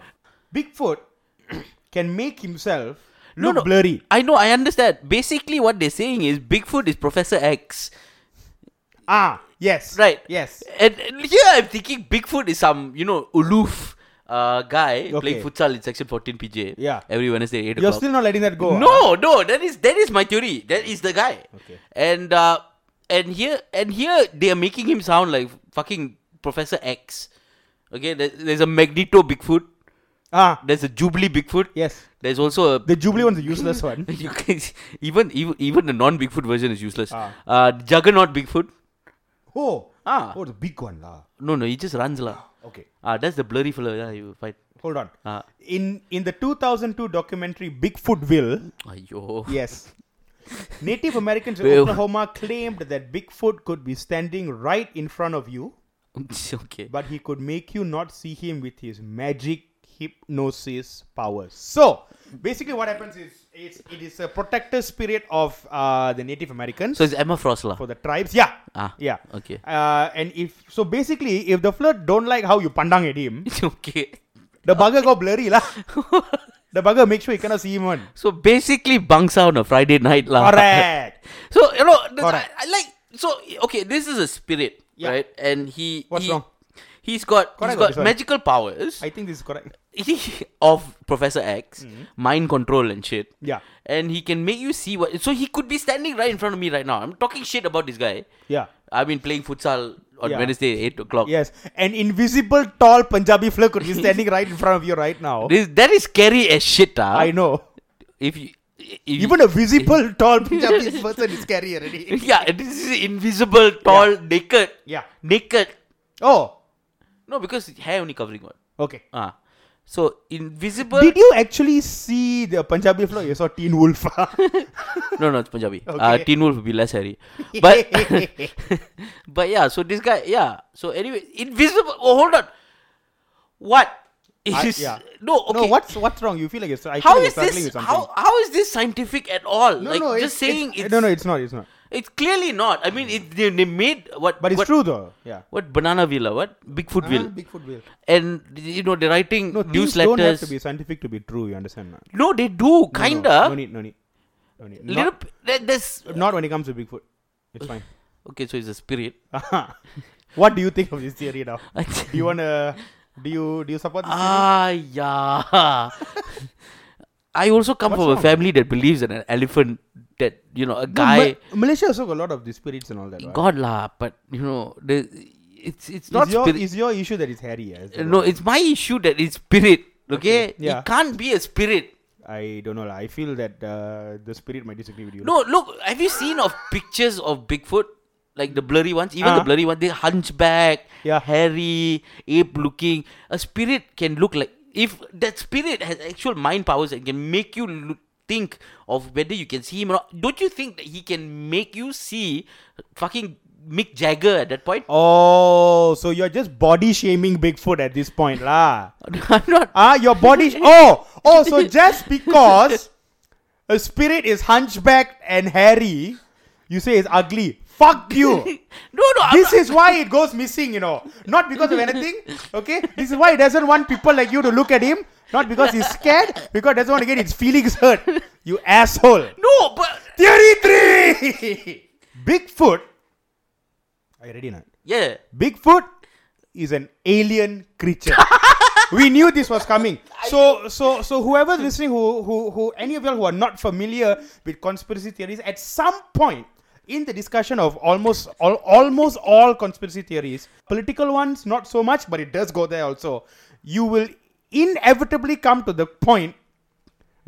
Bigfoot can make himself No, look no. blurry. I know, I understand. Basically, what they're saying is Bigfoot is Professor X, Ah, yes. right? Yes. And, and here I'm thinking Bigfoot is some, you know, aloof uh, guy Okay. playing futsal in Section 14 PJ. Yeah. Every Wednesday at 8 You're o'clock. still not letting that go. Oh, huh? no, no, that is that is my theory. That is the guy. Okay. And uh, and here and here they are making him sound like fucking Professor X. Okay, there, there's a Magneto Bigfoot. Ah, There's a Jubilee Bigfoot. yes. There's also a The Jubilee one's a useless one. you can, even even even the non Bigfoot version is useless. Ah. Uh, Juggernaut Bigfoot. Oh. Ah. Oh, the big one. lah. No, no, he just runs lah. Okay. Ah, that's the blurry fellow. Yeah, you fight. Hold on. Ah, In in the 2002 documentary Bigfootville, ayo. yes. Native Americans in Well. Oklahoma claimed that Bigfoot could be standing right in front of you okay. but he could make you not see him with his magic hypnosis powers. So basically, what happens is it's, it is a protector spirit of uh, the Native Americans So it's Emma Frost lah. for the tribes. Yeah, Ah, yeah, okay. Uh, and if so, basically, if the flirt don't like how you pandang at him, okay. The bugger got blurry lah. The bugger make sure you cannot see him on. so basically, bunks out on a Friday night lah. Correct. So you know, the- Correct. I, I like so okay. This is a spirit, Yeah. right? And he What's he, wrong? He's got Correct or he's this got one? magical powers I think this is correct. he, of Professor X, mind control and shit. Yeah. And he can make you see what. So he could be standing right in front of me right now. I'm talking shit about this guy. Yeah. I've been playing futsal on Yeah. Wednesday eight o'clock. Yes. An invisible tall Punjabi flirt could be standing right in front of you right now. This, that is scary as shit, ah. I know. If you if you- Even a visible tall Punjabi person is scary already. yeah, this is invisible, tall, naked, Yeah. naked. Oh. No, because hair only covering one. Okay. Ah, so invisible. Did you actually see the Punjabi floor? You saw Teen Wolf. no, no, it's Punjabi. Uh, Okay. Teen Wolf would be less hairy. But but yeah, so this guy, yeah. So anyway, invisible. Oh, hold on. What is I- yeah. no? Okay. No, what's what's wrong? You feel like it's I feel How like you're is struggling this? with something. How how is this scientific at all? no, like no, just saying it's, no, no, it's not, it's not. it's clearly not. I mean, it they, they made what? But it's what, true though. Yeah. What banana villa? What Bigfoot Ah, will? Bigfoot will. and you know they're writing No, things newsletters. don't have to be scientific to be true. You understand? No, No, they do no, kinda. No, need, no need. No need. Little Not, p- there- there's not when it comes to Bigfoot. It's fine. okay. So it's a spirit. what do you think of this theory now? I Do you wanna? Do you do you support this? theory? Ah, yeah. I also come What's from a wrong? family that believes in an elephant that, you know, a guy. No, Ma- Malaysia also got a lot of these spirits and all that. Right? God lah, but, you know, the, it's it's not is your, spirit. is your issue that it's hairy? yeah, is no, the problem. it's my issue that it's spirit, okay? yeah. It can't be a spirit. I don't know. lah. I feel that uh, the spirit might disagree with you. No, look, have you seen of pictures of Bigfoot? Like the blurry ones, even the Uh-huh. blurry ones, they hunchback, Yeah. hairy, ape looking. A spirit can look like if that spirit has actual mind powers and can make you look, think of whether you can see him or not. Don't you think that he can make you see fucking Mick Jagger at that point? Oh, so you're just body shaming Bigfoot at this point, lah. I'm not. Ah, your body. Sh- oh, oh. So just because a spirit is hunchbacked and hairy, you say it's ugly. Fuck you. No, no. I'm This not- is why it goes missing, you know. Not because of anything, okay? This is why it doesn't want people like you to look at him. Not because he's scared, because it doesn't want to get its feelings hurt. You asshole. no, but Theory 3! Bigfoot. Are you ready now? yeah. Bigfoot is an alien creature. we knew this was coming. So so so whoever's listening who who who any of y'all who are not familiar with conspiracy theories at some point in the discussion of almost all, almost all conspiracy theories, political ones not so much but it does go there also. You will inevitably come to the point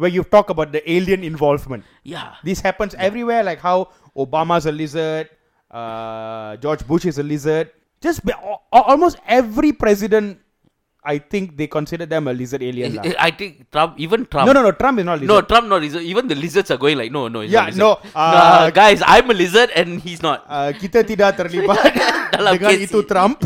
where you talk about the alien involvement. Yeah. This happens everywhere, like how Obama's a lizard, uh, George Bush is a lizard. Just be, al- al- almost every president, I think they consider them a lizard alien. lah. I think Trump, even Trump. No, no, no. Trump is not a lizard. No, Trump not lizard. Even the lizards are going like, no, no. he's Yeah, not lizard. no, uh, Nah, guys, I'm a lizard and he's not. Uh, kita tidak terlibat Dalam dengan kes itu ini. Trump.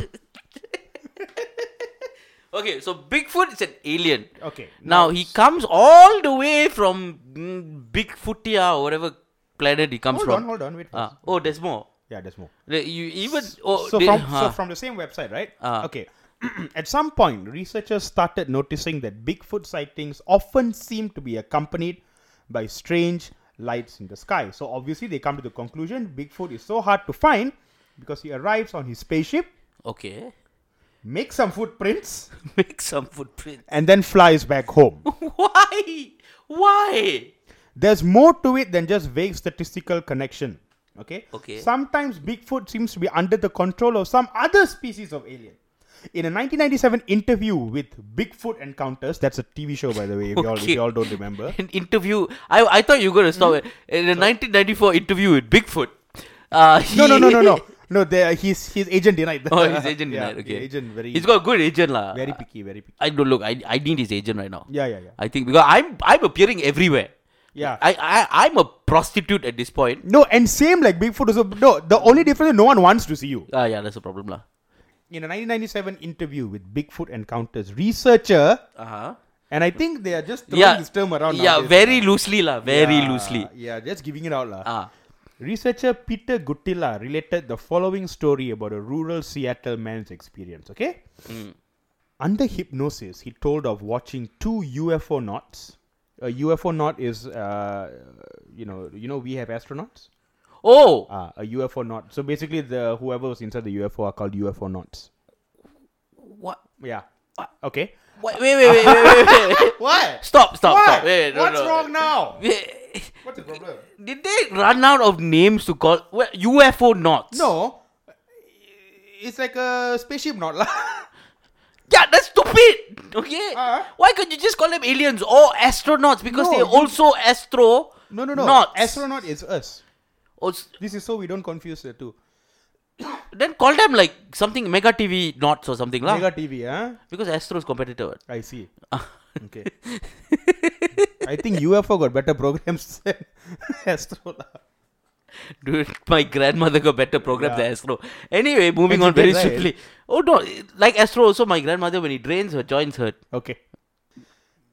Okay, so Bigfoot is an alien. Okay. Now he comes all the way from mm, Bigfootia or whatever planet he comes hold from. on, hold on, wait. Ah, first. oh, there's more. yeah, there's more. The- You even oh, so they- from so huh. from the same website, right? Ah. okay. At some point, researchers started noticing that Bigfoot sightings often seem to be accompanied by strange lights in the sky. So obviously, they come to the conclusion Bigfoot is so hard to find because he arrives on his spaceship, okay, makes some footprints, make some footprint. and then flies back home. Why? Why? There's more to it than just vague statistical connection. Okay. Okay. Sometimes Bigfoot seems to be under the control of some other species of alien. In a 1997 interview with Bigfoot Encounters, that's a TV show, by the way, if, you, all, if Okay. you all don't remember. An interview. I I thought you were gonna Hmm? stop it in the 1994 interview with Bigfoot. Uh, No, no, no, no, he- no. No, the, his, his agent denied that. Oh, his agent Yeah, denied. Okay, his agent, very, He's got a good agent lah. very picky, very picky. I don't look. I, I need his agent right now. Yeah, yeah, yeah. I think because I'm I'm appearing everywhere. Yeah. I I I'm a prostitute at this point. No, and same like Bigfoot. Also, no, the only difference is no one wants to see you. Ah, yeah, that's a problem lah. In a 1997 interview with Bigfoot Encounters, researcher Uh huh. And I think they are just Uh-huh. throwing Yeah. this term around. Yeah, nowadays. very loosely lah. Very Yeah, loosely. Yeah, just giving it out. lah. Ah. Researcher Peter Gutilla Mm. related the following story about a rural Seattle man's experience, okay? Under hypnosis, he told of watching two UFO knots. A UFO knot is, uh, you know, you know, we have astronauts. Oh, Ah, a UFO knot. So basically, the whoever was inside the UFO are called UFO knots. what? Yeah. Okay. Wait, wait, wait, wait, wait, wait, wait. What? Stop, stop, stop. Wait, no, What's no. wrong now? Wait, What's the problem? Did they run out of names to call well, UFO knots? No, it's like a spaceship knot, lah. Yeah, that's stupid. Okay. Uh-huh. Why can't you just call them aliens or astronauts? Because No, they're you- also astro. No, no, no. Knots. Astronaut is us. Or Oh, s- This is so we don't confuse the two. then call them like something Mega TV knots or something lah. Mega TV, huh? because Astro's competitor. what? I see. Okay. I think UFO got better programs than Astro. lah. Dude, my grandmother got better program Yeah. than Astro. Anyway, moving And on she very did, right? swiftly. Oh no, like Astro also my grandmother when he drains her joints hurt. Okay.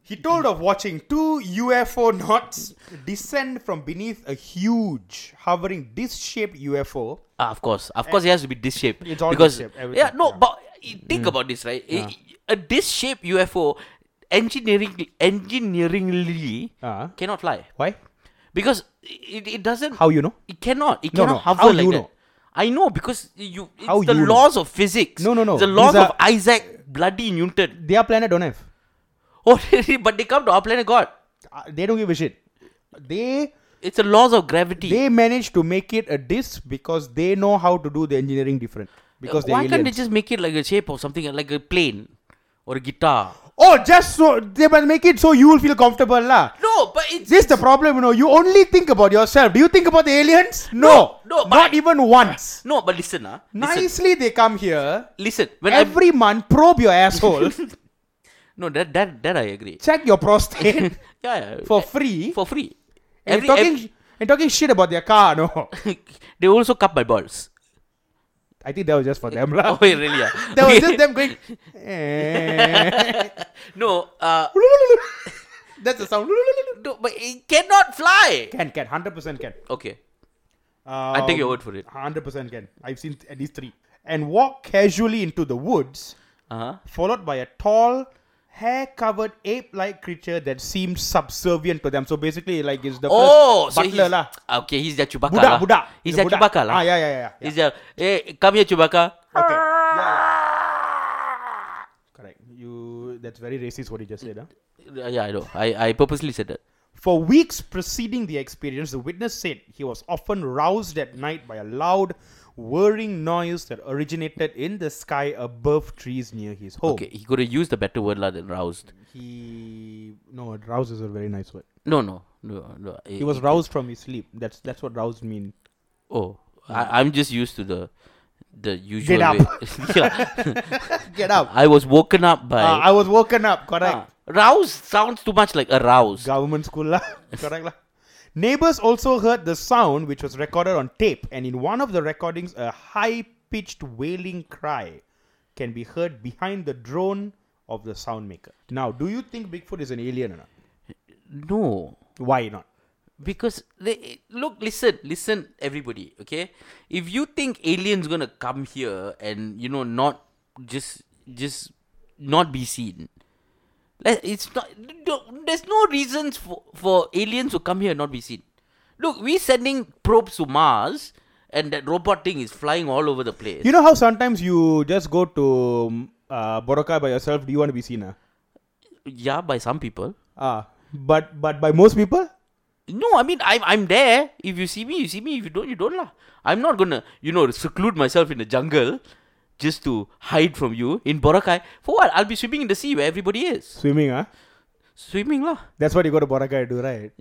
He told of watching two UFO knots descend from beneath a huge, hovering, disc shaped UFO. Ah, of course, of course, it has to be this shape. It's all because this shape, yeah, everything, no, yeah. Mm. but i- think about this, right? I- A this shape UFO, engineering, engineeringly Uh-huh. cannot fly Why? because it, it doesn't. How you know? It cannot. It No, cannot no, hover how like you that. know? I know because you. It's How the you know? laws of physics. No, no, no. The These laws are- of Isaac bloody Newton. Their planet don't have. Oh, but they come to our planet God. Uh, they don't give a shit. They It's the laws of gravity. they managed to make it a disc because they know how to do the engineering different. Because they're Why can't they aliens. just make it like a shape or something like a plane or a guitar? Oh, just so they must make it so you will feel comfortable, lah. No, but it's This is the problem, you know. You only think about yourself. Do you think about the aliens? No, No, no, but not I- even once. No, but listen, ah. Listen, Nicely, they come here listen. When I every month, probe your asshole, no, that that that I agree. check your prostate Yeah, yeah. for free, for free. and Every- talking ev- and talking shit about their car. No, they also cup my balls. I think that was just for them, lah. Oh, wait, really? Yeah. Ah. That was Okay. just them going. eh. No, uh, That's the sound. no, but it cannot fly. Can can hundred percent can. Okay, Um, I take your word for it. Hundred percent can. I've seen at least three. And walk casually into the woods, Uh huh. followed by a tall, hair-covered ape-like creature that seems subservient to them. So basically, like it's the Oh, first so butler he's, lah. okay, he's the Chewbacca. Buddha, lah. Buddha. He's the the Chewbacca. lah. Ah, yeah, yeah, yeah. yeah. He's the hey, come here, Chewbacca. Okay. Yeah. Correct. You. That's very racist. What you just said, huh? Uh, Yeah, I know. I I purposely said that. For weeks preceding the experience, the witness said he was often roused at night by a loud, whirring noise that originated in the sky above trees near his home. Okay, he could have used a better word lah than roused. He no, roused is a very nice word. No, no, no, Eh, no. He was roused from his sleep. That's that's what roused mean. Oh, I, I'm just used to the the usual up. way. yeah. Get up! I was woken up by. Uh, I was woken up. Correct. Ah, rouse sounds too much like aroused. Government school lah. Correct lah. Neighbors also heard the sound, which was recorded on tape, and in one of the recordings, a high-pitched wailing cry can be heard behind the drone of the sound maker. Now, do you think Bigfoot is an alien or not? No, Why not? because they look, listen, listen, everybody. Okay, if you think aliens gonna come here and you know not just just not be seen. Like, It's not. no- There's no reasons for, for aliens to come here and not be seen. Look, we sending probes to Mars, and that robot thing is flying all over the place. You know how sometimes you just go to um, uh, Boroka by yourself. Do you want to be seen? Ah, yeah, by some people. Ah, but but by most people, No, I mean I'm I'm there. If you see me, you see me. If you don't, you don't lah. I'm not gonna you know seclude myself in the jungle just to hide from you in Boracay. For what? I'll be swimming in the sea where everybody is swimming. Ah, swimming lah. that's what you go to Boroka to do, right?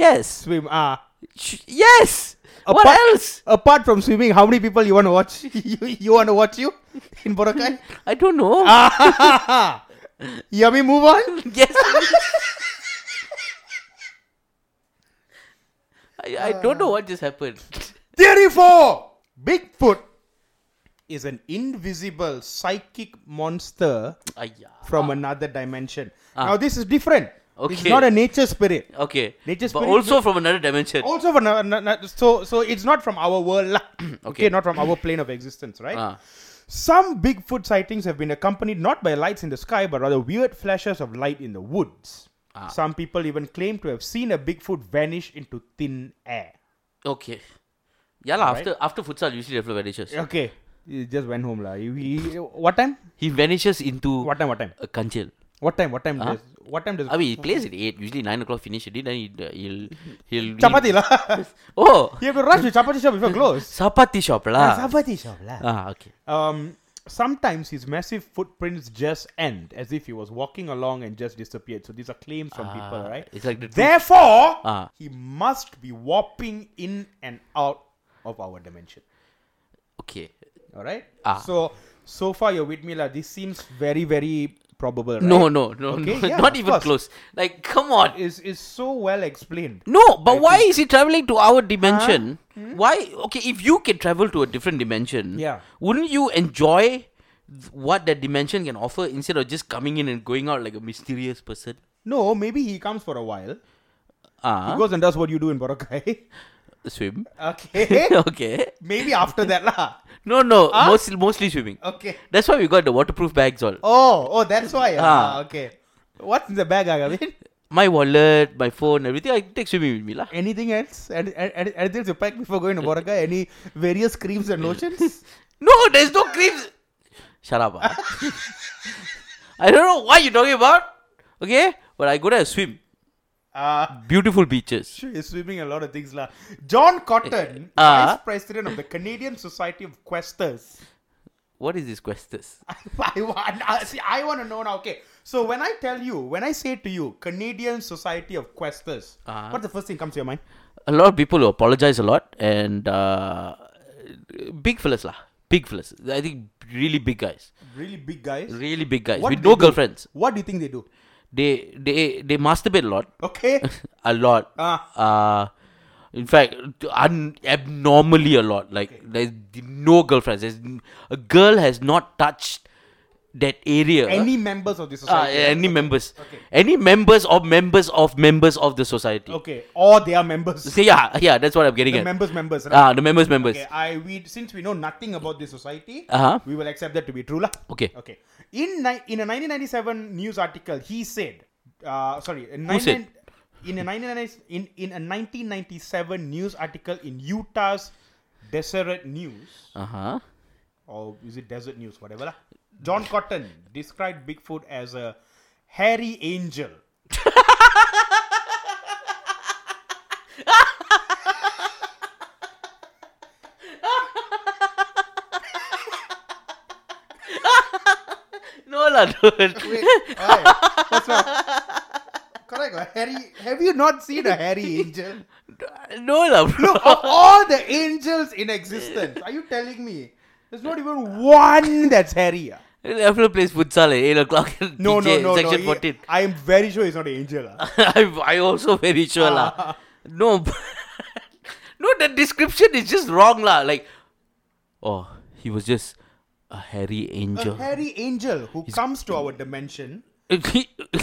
Yes, Swim. Ah, Sh- yes. what Apart- else? Apart from swimming, how many people you want to watch? you, you want to watch you in Boracay? I don't know. Ah. Yummy, move on. yes. I, Ah. I don't know what just happened. Theory four: Bigfoot is an invisible psychic monster Aya. from another dimension. Now this is different. It's Ah. Okay. not a nature spirit. Okay. They just but put it- Oh. also from another dimension. Also, for no, no- no- so so it's not from our world. lah. okay. Okay. not from our plane of existence, right? Ah. Some Bigfoot sightings have been accompanied not by lights in the sky, but rather weird flashes of light in the woods. Some people even claim to have seen a Bigfoot vanish into thin air. Okay. Yeah, lah. after after futsal, usually Rafael vanishes. Okay, he just went home, lah. He, he- what time? He vanishes into What time? What time? a kanchil. What time? What time? Huh? Does, what time does? I mean, he plays at eight. Usually nine o'clock finish it. Then he he'll he'll. chapati lah. Oh, you have to rush to chapati shop before close. sapati shop lah. Ah, Chapati shop lah. Ah, okay. Um, sometimes his massive footprints just end as if he was walking along and just disappeared. So these are claims from people, Ah, right? It's like the Therefore, Ah. he must be warping in and out of our dimension. okay. All right. Ah. So so far you're with me, lah. This seems very very probable. Right? No, no, no, Okay, no yeah, not of even course. close. Like, come on. Is is so well explained. No, but why is he traveling to our dimension? Why? Okay, if you can travel to a different dimension, Hmm? Yeah. wouldn't you enjoy th- what that dimension can offer instead of just coming in and going out like a mysterious person? No, maybe he comes for a while. He Ah, goes and does what you do in Boracay. swim. okay. okay. Maybe after that, lah. No, no, Ah? mostly mostly swimming. Okay. That's why we got the waterproof bags all. Oh, oh, that's why. Ah, Ah. okay. What's in the bag, Agavin? My wallet, my phone, everything. I take swimming with me lah. Anything else? Any- any- Anything else you pack before going to Boracay? Any various creams and lotions? No, there's no creams. Shut up. ah. I don't know what you're talking about. Okay, but I go there and swim. Ah, Beautiful beaches. sure, you're swimming a lot of things, lah. John Cotton, Ah. Vice President of the Canadian Society of Questers. What is this questus? I want, uh, see, I want to know now. Okay, so when I tell you, when I say to you, Canadian Society of Questers, Ah. what's the first thing comes to your mind? A lot of people who apologize a lot and uh, big fellas lah. Big fellas. I think really big guys. Really big guys. Really big guys What with do no they do? girlfriends. What do you think they do? They they they masturbate a lot. Okay. a lot. Ah. Uh, in fact, un- abnormally a lot. Like there's no girlfriends. There's n- a girl has not touched that area. Any members of the uh, society? any members, Okay. any members of members of members of the society. Okay, or they are members. So yeah, yeah, that's what I'm getting at. The members, members. Right? ah, the members, members. okay, I we since we know nothing about this society, Uh-huh. we will accept that to be true, lah. Okay. Okay. In ni- in a 1997 news article, he said, uh, sorry, in Who said? 99 in a 1990 in in a 1997 news article in Utah's Deseret News, Uh huh. or is it Desert News, whatever, lah. John Cotton described Bigfoot as a hairy angel. No lah, dude. Wait, why? That's not. Correct. a Hairy. Have you not seen a hairy angel? no lah, bro. Of all the angels in existence, are you telling me there's not even one that's hairy? ah? After plays futsal at eight o'clock. in No, no, PJ, no, Section no. he- fourteen. I am very sure he's not an angel. ah. I, I also very sure lah. No, no, the description is just wrong lah. Like, oh, he was just a hairy A angel. hairy angel who comes to our dimension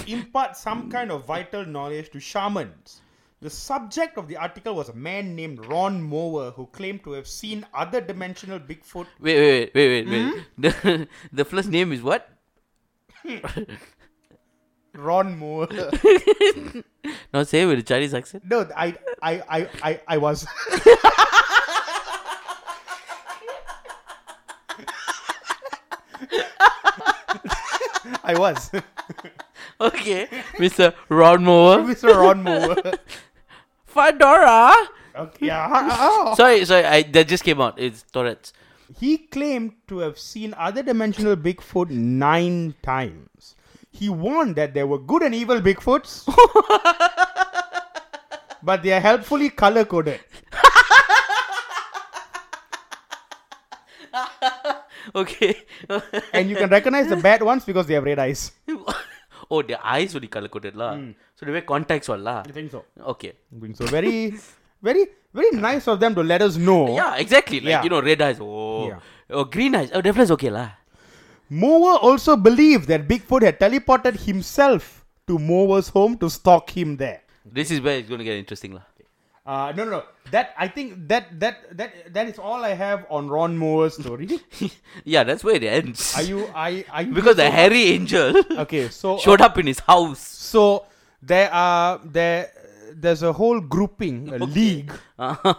imparts some kind of vital knowledge to shamans. The subject of the article was a man named Ron Mower who claimed to have seen other dimensional Bigfoot wait, wait, wait, wait, wait, wait. The, the first name is what? Ron Mower. Now say with a Chinese accent. No, I, I, I, I, I was. I was Okay, Mr. Ron Mower. Mr. Ron Moore. Fedora. Okay. ah, Yeah. Sorry, sorry, I, that just came out. It's Tourette's. He claimed to have seen other dimensional Bigfoot nine times. He warned that there were good and evil Bigfoots, but they are helpfully color coded. Okay. And you can recognize the bad ones because they have red eyes. oh, their eyes will be color coded lah. So they wear contacts all lah. think so? Okay. Doing So very, very, very nice of them to let us know. Yeah, exactly. Like Yeah. you know, red eyes. Oh, Yeah. oh, green eyes. Oh, definitely okay lah. Mower also believed that Bigfoot had teleported himself to Mower's home to stalk him there. This is where it's gonna get interesting lah. Uh, no, no, no. That I think that that that that is all I have on Ron Moore's story. yeah, that's where it ends. Are you? I are you because the hairy angel okay. So uh, showed up in his house. So there are there there's a whole grouping, a league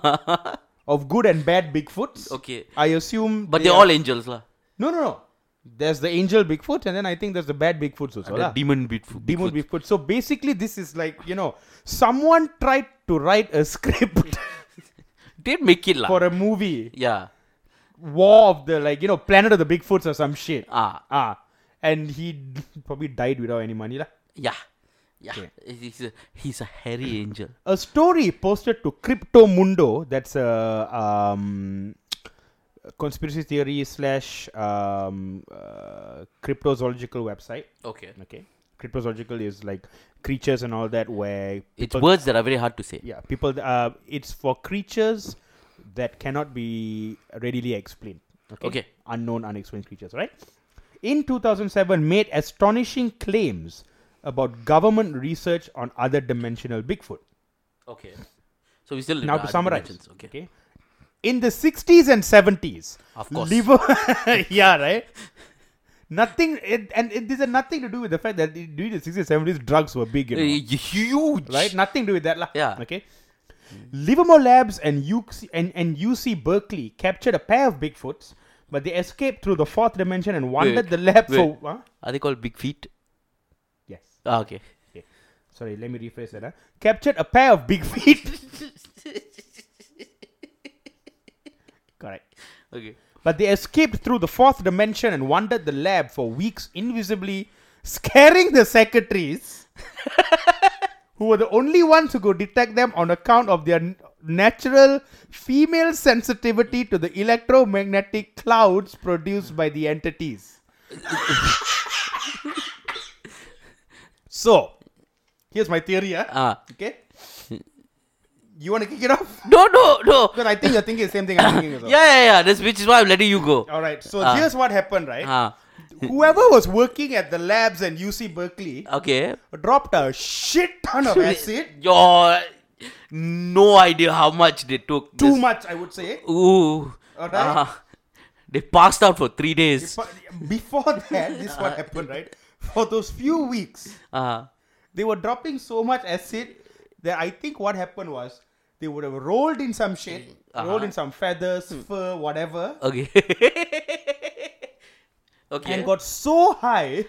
of good and bad Bigfoots. Okay. I assume But they they're are- all angels, lah. No no no. There's the angel Bigfoot and then I think there's the bad Bigfoots The also. lah. demon Bigfoot. Demon Bigfoot. Bigfoot. So basically this is like, you know, someone tried to write a script Did make it, lah. for a movie. yeah. War of the like, you know, Planet of the Bigfoots or some shit. Ah. Ah. And he d- probably died without any money. lah. Yeah. Yeah. He's, a, he's a hairy angel. a story posted to Crypto Mundo. That's a um, conspiracy theory slash um, uh, cryptozoological website. Okay. Okay, cryptozoological is like creatures and all that. Where It's people- words that are very hard to say. yeah, people. Uh, it's for creatures that cannot be readily explained. Okay? Okay. unknown, unexplained creatures. Right. In 2007, made astonishing claims about government research on other dimensional Bigfoot. Okay. So we still uh, Now to summarize. Okay. Okay. In the 60s and 70s. Of course. Liver- yeah, right? Nothing, it, and it, this had nothing to do with the fact that i- during the 60s and 70s, drugs were big, you know, Uh, huge. right? Nothing to do with that. lah. Yeah. Okay. Livermore Labs and UC, and, and UC Berkeley captured a pair of Bigfoots, but they escaped through the fourth dimension and wandered Wait, the lab wait. for. Huh? Are they called big feet? Yes. Ah, okay. Okay. Sorry, let me rephrase that. Huh? Captured a pair of big feet. Correct. Okay. But they escaped through the fourth dimension and wandered the lab for weeks invisibly, scaring the secretaries, who were the only ones who could detect them on account of their n- natural female sensitivity to the electromagnetic clouds produced by the entities. so, here's my theory. Huh? Ah. Okay. You want to kick it off? No, no, no. Because I think you're thinking the same thing uh, I'm thinking. as well. Yeah, yeah, yeah. That's which is why I'm letting you go. All right. So Ah. here's what happened, right? Ah. Whoever was working at the labs and UC Berkeley Okay. dropped a shit ton of acid. Your no idea how much they took. Too This- much, I would say. Ooh. Alright. Ah. they passed out for three days. But before that, this is what happened, right? For those few weeks, Ah. they were dropping so much acid that I think what happened was they would have rolled in some shit, Ah. rolled in some feathers, Hmm. fur, whatever, okay. okay. and got so high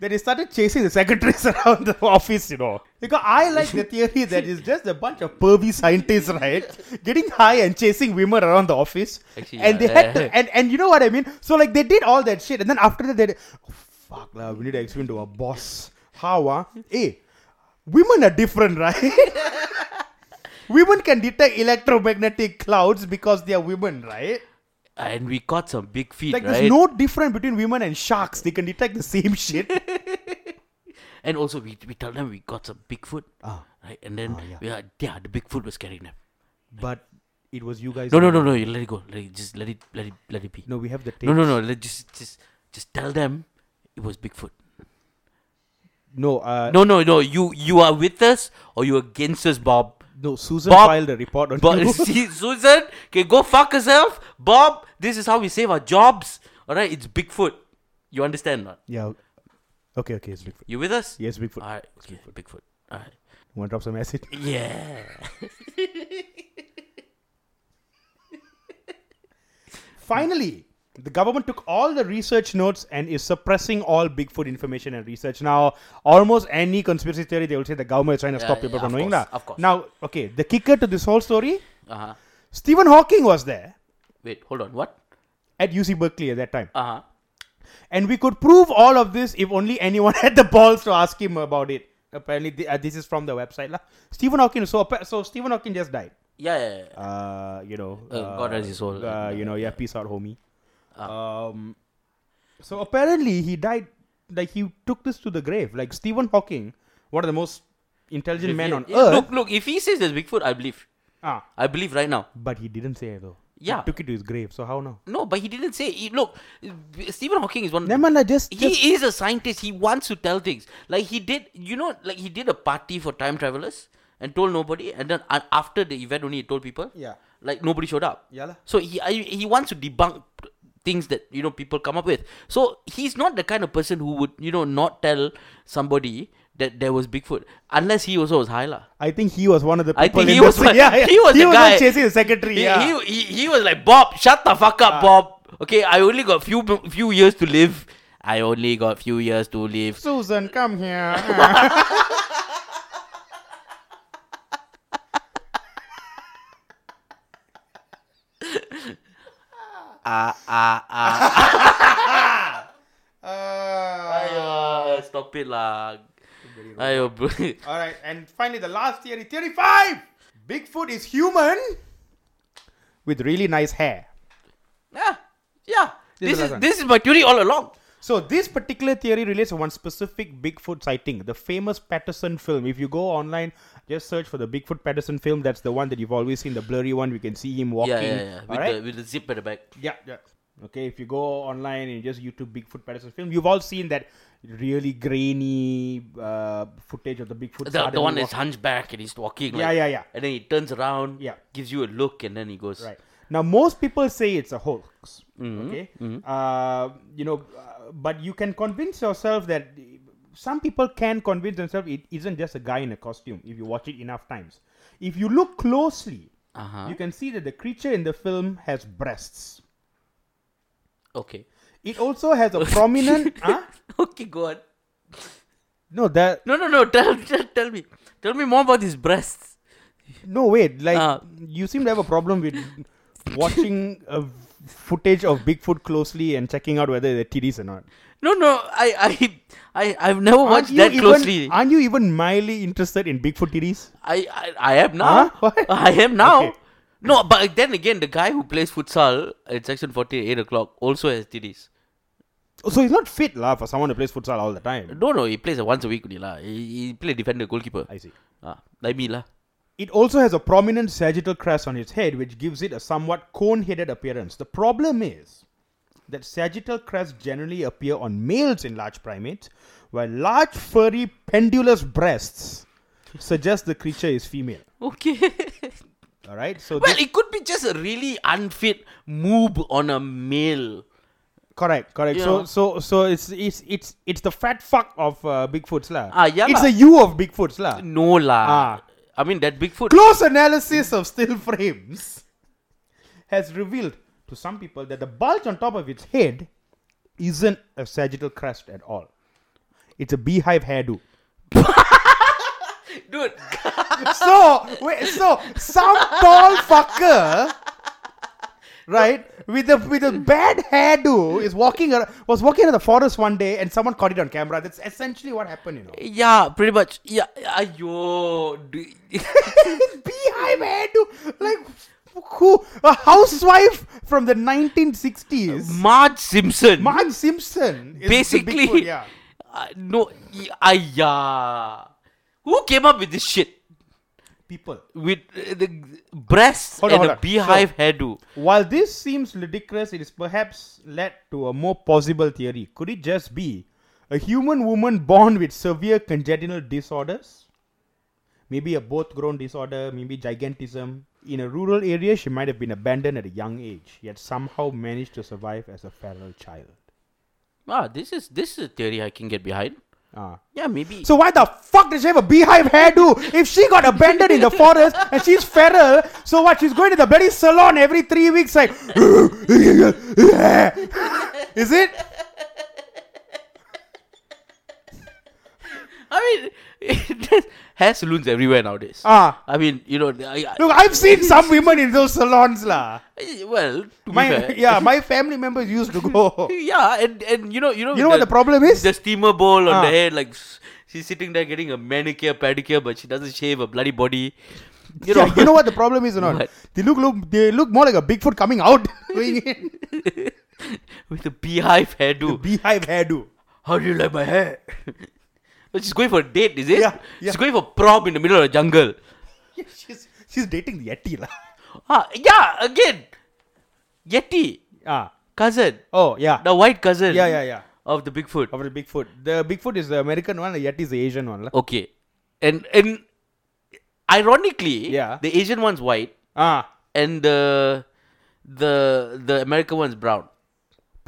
that they started chasing the secretaries around the office, you know. Because I like the theory that it's just a bunch of pervy scientists, right? Getting high and chasing women around the office. Actually, and yeah. they had to, and, and you know what I mean? So like they did all that shit and then after that they did, oh, fuck lah, we need to explain to our boss. How ah? Hey, women are different, right? women can detect electromagnetic clouds because they are women, right? and we caught some big feet, Like right? there's no difference between women and sharks. They can detect the same shit. And also, we, we tell them we got some Bigfoot. Ah. Right? And then, yeah. yeah. We are, yeah, the Bigfoot was carrying them. but it was you guys. No, no, no, who- no. You let it go. Let it, just let it, let it, let it be. No, we have the tape. no, no, no. Let just, just, just tell them it was Bigfoot. No, uh, no, No, no, no. You, you are with us or you are against us, Bob. Susan Bob- filed a report on But you. see, Susan, okay, go fuck herself, Bob. This is how we save our jobs. All right, it's Bigfoot. You understand not? yeah. Okay, okay, it's Bigfoot. You with us? Yes, Bigfoot. All right, okay, Bigfoot. All right. You want to drop some acid? Yeah. Finally, the government took all the research notes and is suppressing all Bigfoot information and research. Now, almost any conspiracy theory, they will say the government is trying to Yeah, stop people yeah, from of knowing course, that. of course. Now, okay, the kicker to this whole story Uh huh. Stephen Hawking was there Wait, hold on. What? at UC Berkeley at that time. Uh huh. And we could prove all of this if only anyone had the balls to ask him about it. Apparently, th- uh, this is from the website. lah. Stephen Hawking, so, appa- so Stephen Hawking just died. Yeah, yeah, yeah. Uh, you know, Uh, God rest his soul. Ah. Uh, you know, yeah, peace out, homie. Um, so apparently, he died. Like he took this to the grave. Like Stephen Hawking, one of the most intelligent men Yeah, on yeah, earth. Look, look. If he says there's Bigfoot, I believe. Ah, I believe right now. but he didn't say it though. Yeah. he took it to his grave. So how now? No, but he didn't say. He, look, Stephen Hawking is one. Never mind. I just, he just is a scientist. He wants to tell things. Like he did, you know, like he did a party for time travelers. and told nobody, and then a- after the event only he told people. Yeah. Like nobody showed up. Yeah lah. So he I, he wants to debunk things that you know people come up with. So he's not the kind of person who would you know not tell somebody that there was Bigfoot unless he also was high lah. I think he was one of the people. I think in he the- was one- yeah, yeah. he was the the guy- one chasing the secretary. He, yeah. he, he, he was like Bob, shut the fuck up, Bob. Okay, I only got few few years to live. I only got few years to live. Susan, come here. Ah, Uh, Ayo, Uh, stop it lah. Ayo, bro. All right, and finally the last theory, theory five. Bigfoot is human with really nice hair. yeah, Ah, yeah. This This is the is last one. this is my theory all along. So this particular theory relates to one specific Bigfoot sighting, the famous Patterson film. If you go online, just search for the Bigfoot Patterson film. That's the one that you've always seen, the blurry one. We can see him walking. Yeah, yeah, yeah. All With, right. the, with the zip at the back. Yeah, yeah. Okay, if you go online and just YouTube Bigfoot Patterson film, you've all seen that really grainy uh, footage of the Bigfoot. The, the suddenly one that's walking. hunchback and he's walking. Yeah, like- yeah, yeah. And then he turns around. Yeah. Gives you a look and then he goes. Right. Now, most people say it's a hoax. Mm-hmm. Okay. Uh, you know, uh, but you can convince yourself that some people can convince themselves it isn't just a guy in a costume if you watch it enough times. If you look closely, Uh-huh. you can see that the creature in the film has breasts. Okay. It also has a prominent. huh? Okay, go on. No, that No, no, no. Tell, tell, tell me. Tell me more about his breasts. No, wait. Like Uh. you seem to have a problem with watching a v- footage of Bigfoot closely and checking out whether they're TDs or not. No, no. I, I, I, I've never Aren't watched you that even- closely. I, Aren't you even mildly interested in Bigfoot TDs? I, I am now. Huh? What? I am now. Okay. No, but then again, the guy who plays futsal at section 48, 8 o'clock, also has titties. Oh, So he's not fit, lah, for someone who plays futsal all the time. No, no, he plays uh, once a week only lah. He, he play defender, goalkeeper. I see. Ah, like me lah. It also has a prominent sagittal crest on its head, which gives it a somewhat cone-headed appearance. The problem is that sagittal crests generally appear on males in large primates, while large furry pendulous breasts suggest the creature is female. Okay. All right, so well, this- it could be just a really unfit move on a male. correct, correct. Yeah. So, so, so it's it's it's it's the fat fuck of uh, Bigfoot's lah. Ah, yeah It's lah. a you of Bigfoot's lah. No lah. Ah. I mean that Bigfoot. Close analysis of still frames has revealed to some people that the bulge on top of its head isn't a sagittal crest at all. It's a beehive hairdo. Dude, so wait, so some tall fucker, right, with a with a bad hairdo is walking ar- was walking in the forest one day and someone caught it on camera. That's essentially what happened, you know. yeah, pretty much. Yeah, ayo. d- Beehive hairdo, like who? A housewife from the 1960s, Marge Simpson. Marge Simpson. is the Basically, Bigfoot, yeah. uh, no, y- aiyah. Who came up with this shit? People. With uh, the g- breasts Hold on, and hold a on. beehive hairdo. While this seems ludicrous, it is perhaps led to a more plausible theory. Could it just be a human woman born with severe congenital disorders? Maybe a both grown disorder, maybe gigantism. In a rural area, she might have been abandoned at a young age, yet somehow managed to survive as a feral child. Ah, this is this is a theory I can get behind. Ah. Yeah, maybe. So why the fuck does she have a beehive hairdo if she got abandoned in the forest and she's feral? So what? She's going to the bloody salon every three weeks, like, is it? I mean, there's hair saloons everywhere nowadays. Ah, I mean, you know, I, look, I've seen some women in those salons, lah. I, well, to be My fair, yeah, my family members used to go. yeah, and and you know, you know, You know what the problem is? The steamer bowl on Ah. the head, like s- she's sitting there getting a manicure, pedicure, but she doesn't shave her bloody body. You know, Yeah, you know what the problem is or not? What? They look, look, they look more like a Bigfoot coming out, going in with a beehive hairdo. beehive hairdo. How do you like my hair? But she's going for a date, is it? Yeah, yeah. She's going for prom in the middle of the jungle. Yeah, she's she's dating the yeti, lah. Ah, yeah, again, Yeti Ah, cousin, oh yeah, the white cousin. yeah, yeah, yeah. Of the Bigfoot. Of the Bigfoot. The Bigfoot is the American one, the Yeti is the Asian one. lah. Okay. And and Ironically, Yeah. the Asian one's white Ah, and the the the American one's brown.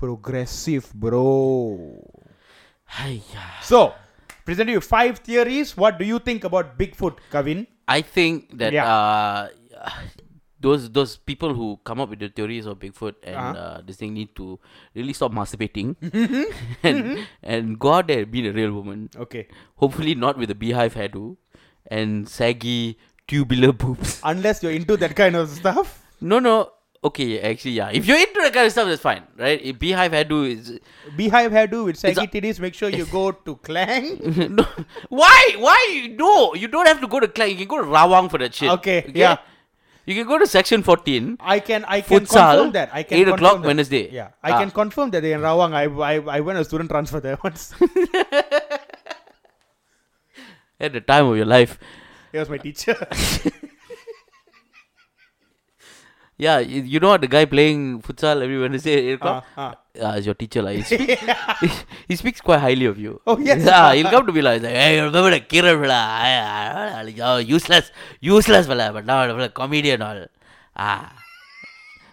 progressive, bro. Haiya. So, present you five theories. What do you think about Bigfoot, Kavin? I think that Yeah. uh, those those people who come up with the theories of Bigfoot and uh Uh-huh. Mm-hmm. this thing need to really stop masturbating and and go out there and be a real woman. Okay. Hopefully not with a beehive hairdo and saggy tubular boobs. Unless you're into that kind of stuff. No, no. Okay, actually, yeah. If you're into that kind of stuff, that's fine, right? If beehive hairdo is Beehive hairdo with It's saggy titties. Make sure you go to Clang. no. Why? Why? No, you don't have to go to Klang. You can go to Rawang for that shit. Okay, yeah. You can go to section 14. I can I can Futsal, confirm that. I can eight confirm o'clock that. Wednesday. Yeah, I Ah. can confirm that in Rawang. I I I went a student transfer there once. At the time of your life. He was my teacher. Yeah, you, you know what the guy playing futsal every Wednesday at 8 o'clock? Ah, ah. Ah, is your teacher. Like, he, speaks, he, speaks quite highly of you. Oh, yes. Yeah, he'll come to me like, hey, remember the Kiran fella? I- I- I- oh, useless, useless fella, but now I'm a comedian. All. Ah.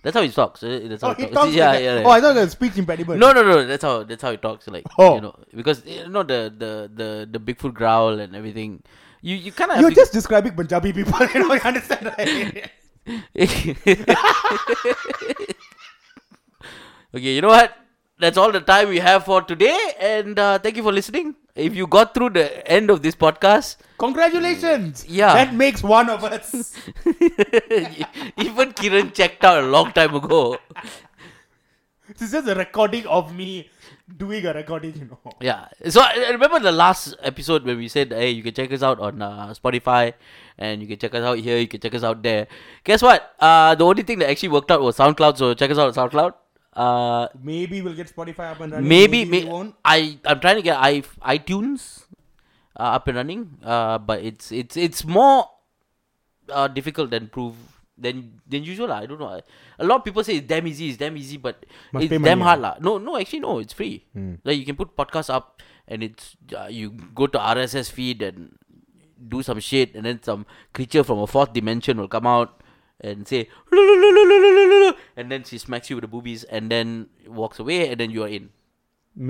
That's how he talks. eh, That's how oh, he talks. talks like yeah, that. yeah, yeah. Oh, I thought that was speech impediment. No, no, no. That's how that's how he talks. Like Oh. you know, because you know the the the the Bigfoot growl and everything. You you kind of You're just describing Punjabi people. You know, you understand? Right? okay. You know what? That's all the time we have for today, and uh, thank you for listening. If you got through the end of this podcast, Congratulations. Yeah. That makes one of us. even Kiran checked out a long time ago. this is just a recording of me doing a recording. You know. Yeah. So I I remember the last episode where we said, "Hey, you can check us out on uh, Spotify, and you can check us out here. You can check us out there." Guess what? Uh, the only thing that actually worked out was SoundCloud. So check us out on SoundCloud. Uh, Maybe we'll get Spotify up and running. maybe, we may- won't. I I'm trying to get i iTunes uh, up and running. Uh, but it's it's it's more uh, difficult than prove than than usual. lah. I don't know. I, a lot of people say it's damn easy. It's damn easy, but Must it's pay damn money, Hmm. ah. hard lah. No, no, actually no. It's free. Like you can put podcasts up, and it's uh, you go to RSS feed and do some shit, and then some creature from a fourth dimension will come out and say, "Lululululululu," and then she smacks you with the boobies, and then walks away, and then you are in.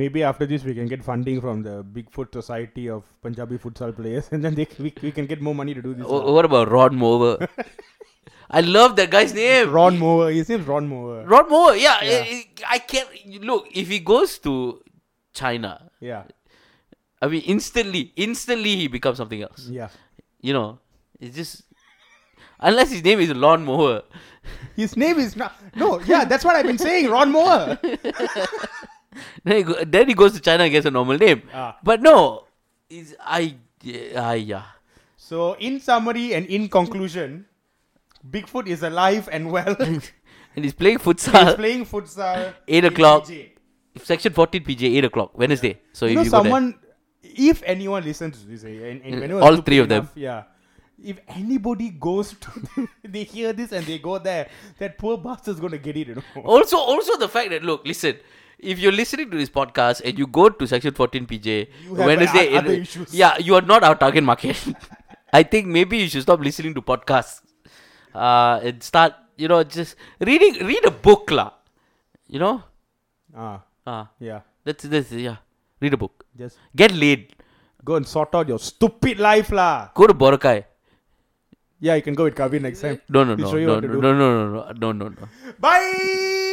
Maybe after this we can get funding from the Bigfoot Society of Punjabi futsal players, and then they, we, we can get more money to do this. Wh- what about Ron Mover? I love that guy's name. Ron Moore. His name's Ron Moore. Ron Moore, yeah, Yeah. I- I, I can't look if he goes to China. Yeah. I mean, instantly, instantly he becomes something else. Yeah. You know, it's just unless his name is Lon Mower. His name is not. No, yeah, that's what I've been saying. Ron Moore. Then he, go, then he goes to China and gets a normal name. Ah. But no, is I, I yeah. So, in summary and in conclusion, Bigfoot is alive and well. He's And he's playing futsal, playing futsal. Eight in o'clock. PJ. section 14 PJ, 8 o'clock, Wednesday. So You if know, you go there- someone. If anyone listens to this, eh, and, and Mm, when I was all stupid three of them. enough, yeah. If anybody goes to, they hear this and they go there, that poor bastard's gonna get it, you know. also also the fact that look listen if you're listening to this podcast and you go to section 14 pj You have wednesday o- other it- issues. yeah you are not our target market i think maybe you should stop listening to podcasts uh and start you know just reading read a book la. you know Ah, uh, yeah. that's this yeah read a book Just get laid go and sort out your stupid life, lah. go to boracay Yeah, you can go with Kavin next time. no no He'll no show you no what to no do. no no no no no no no Bye.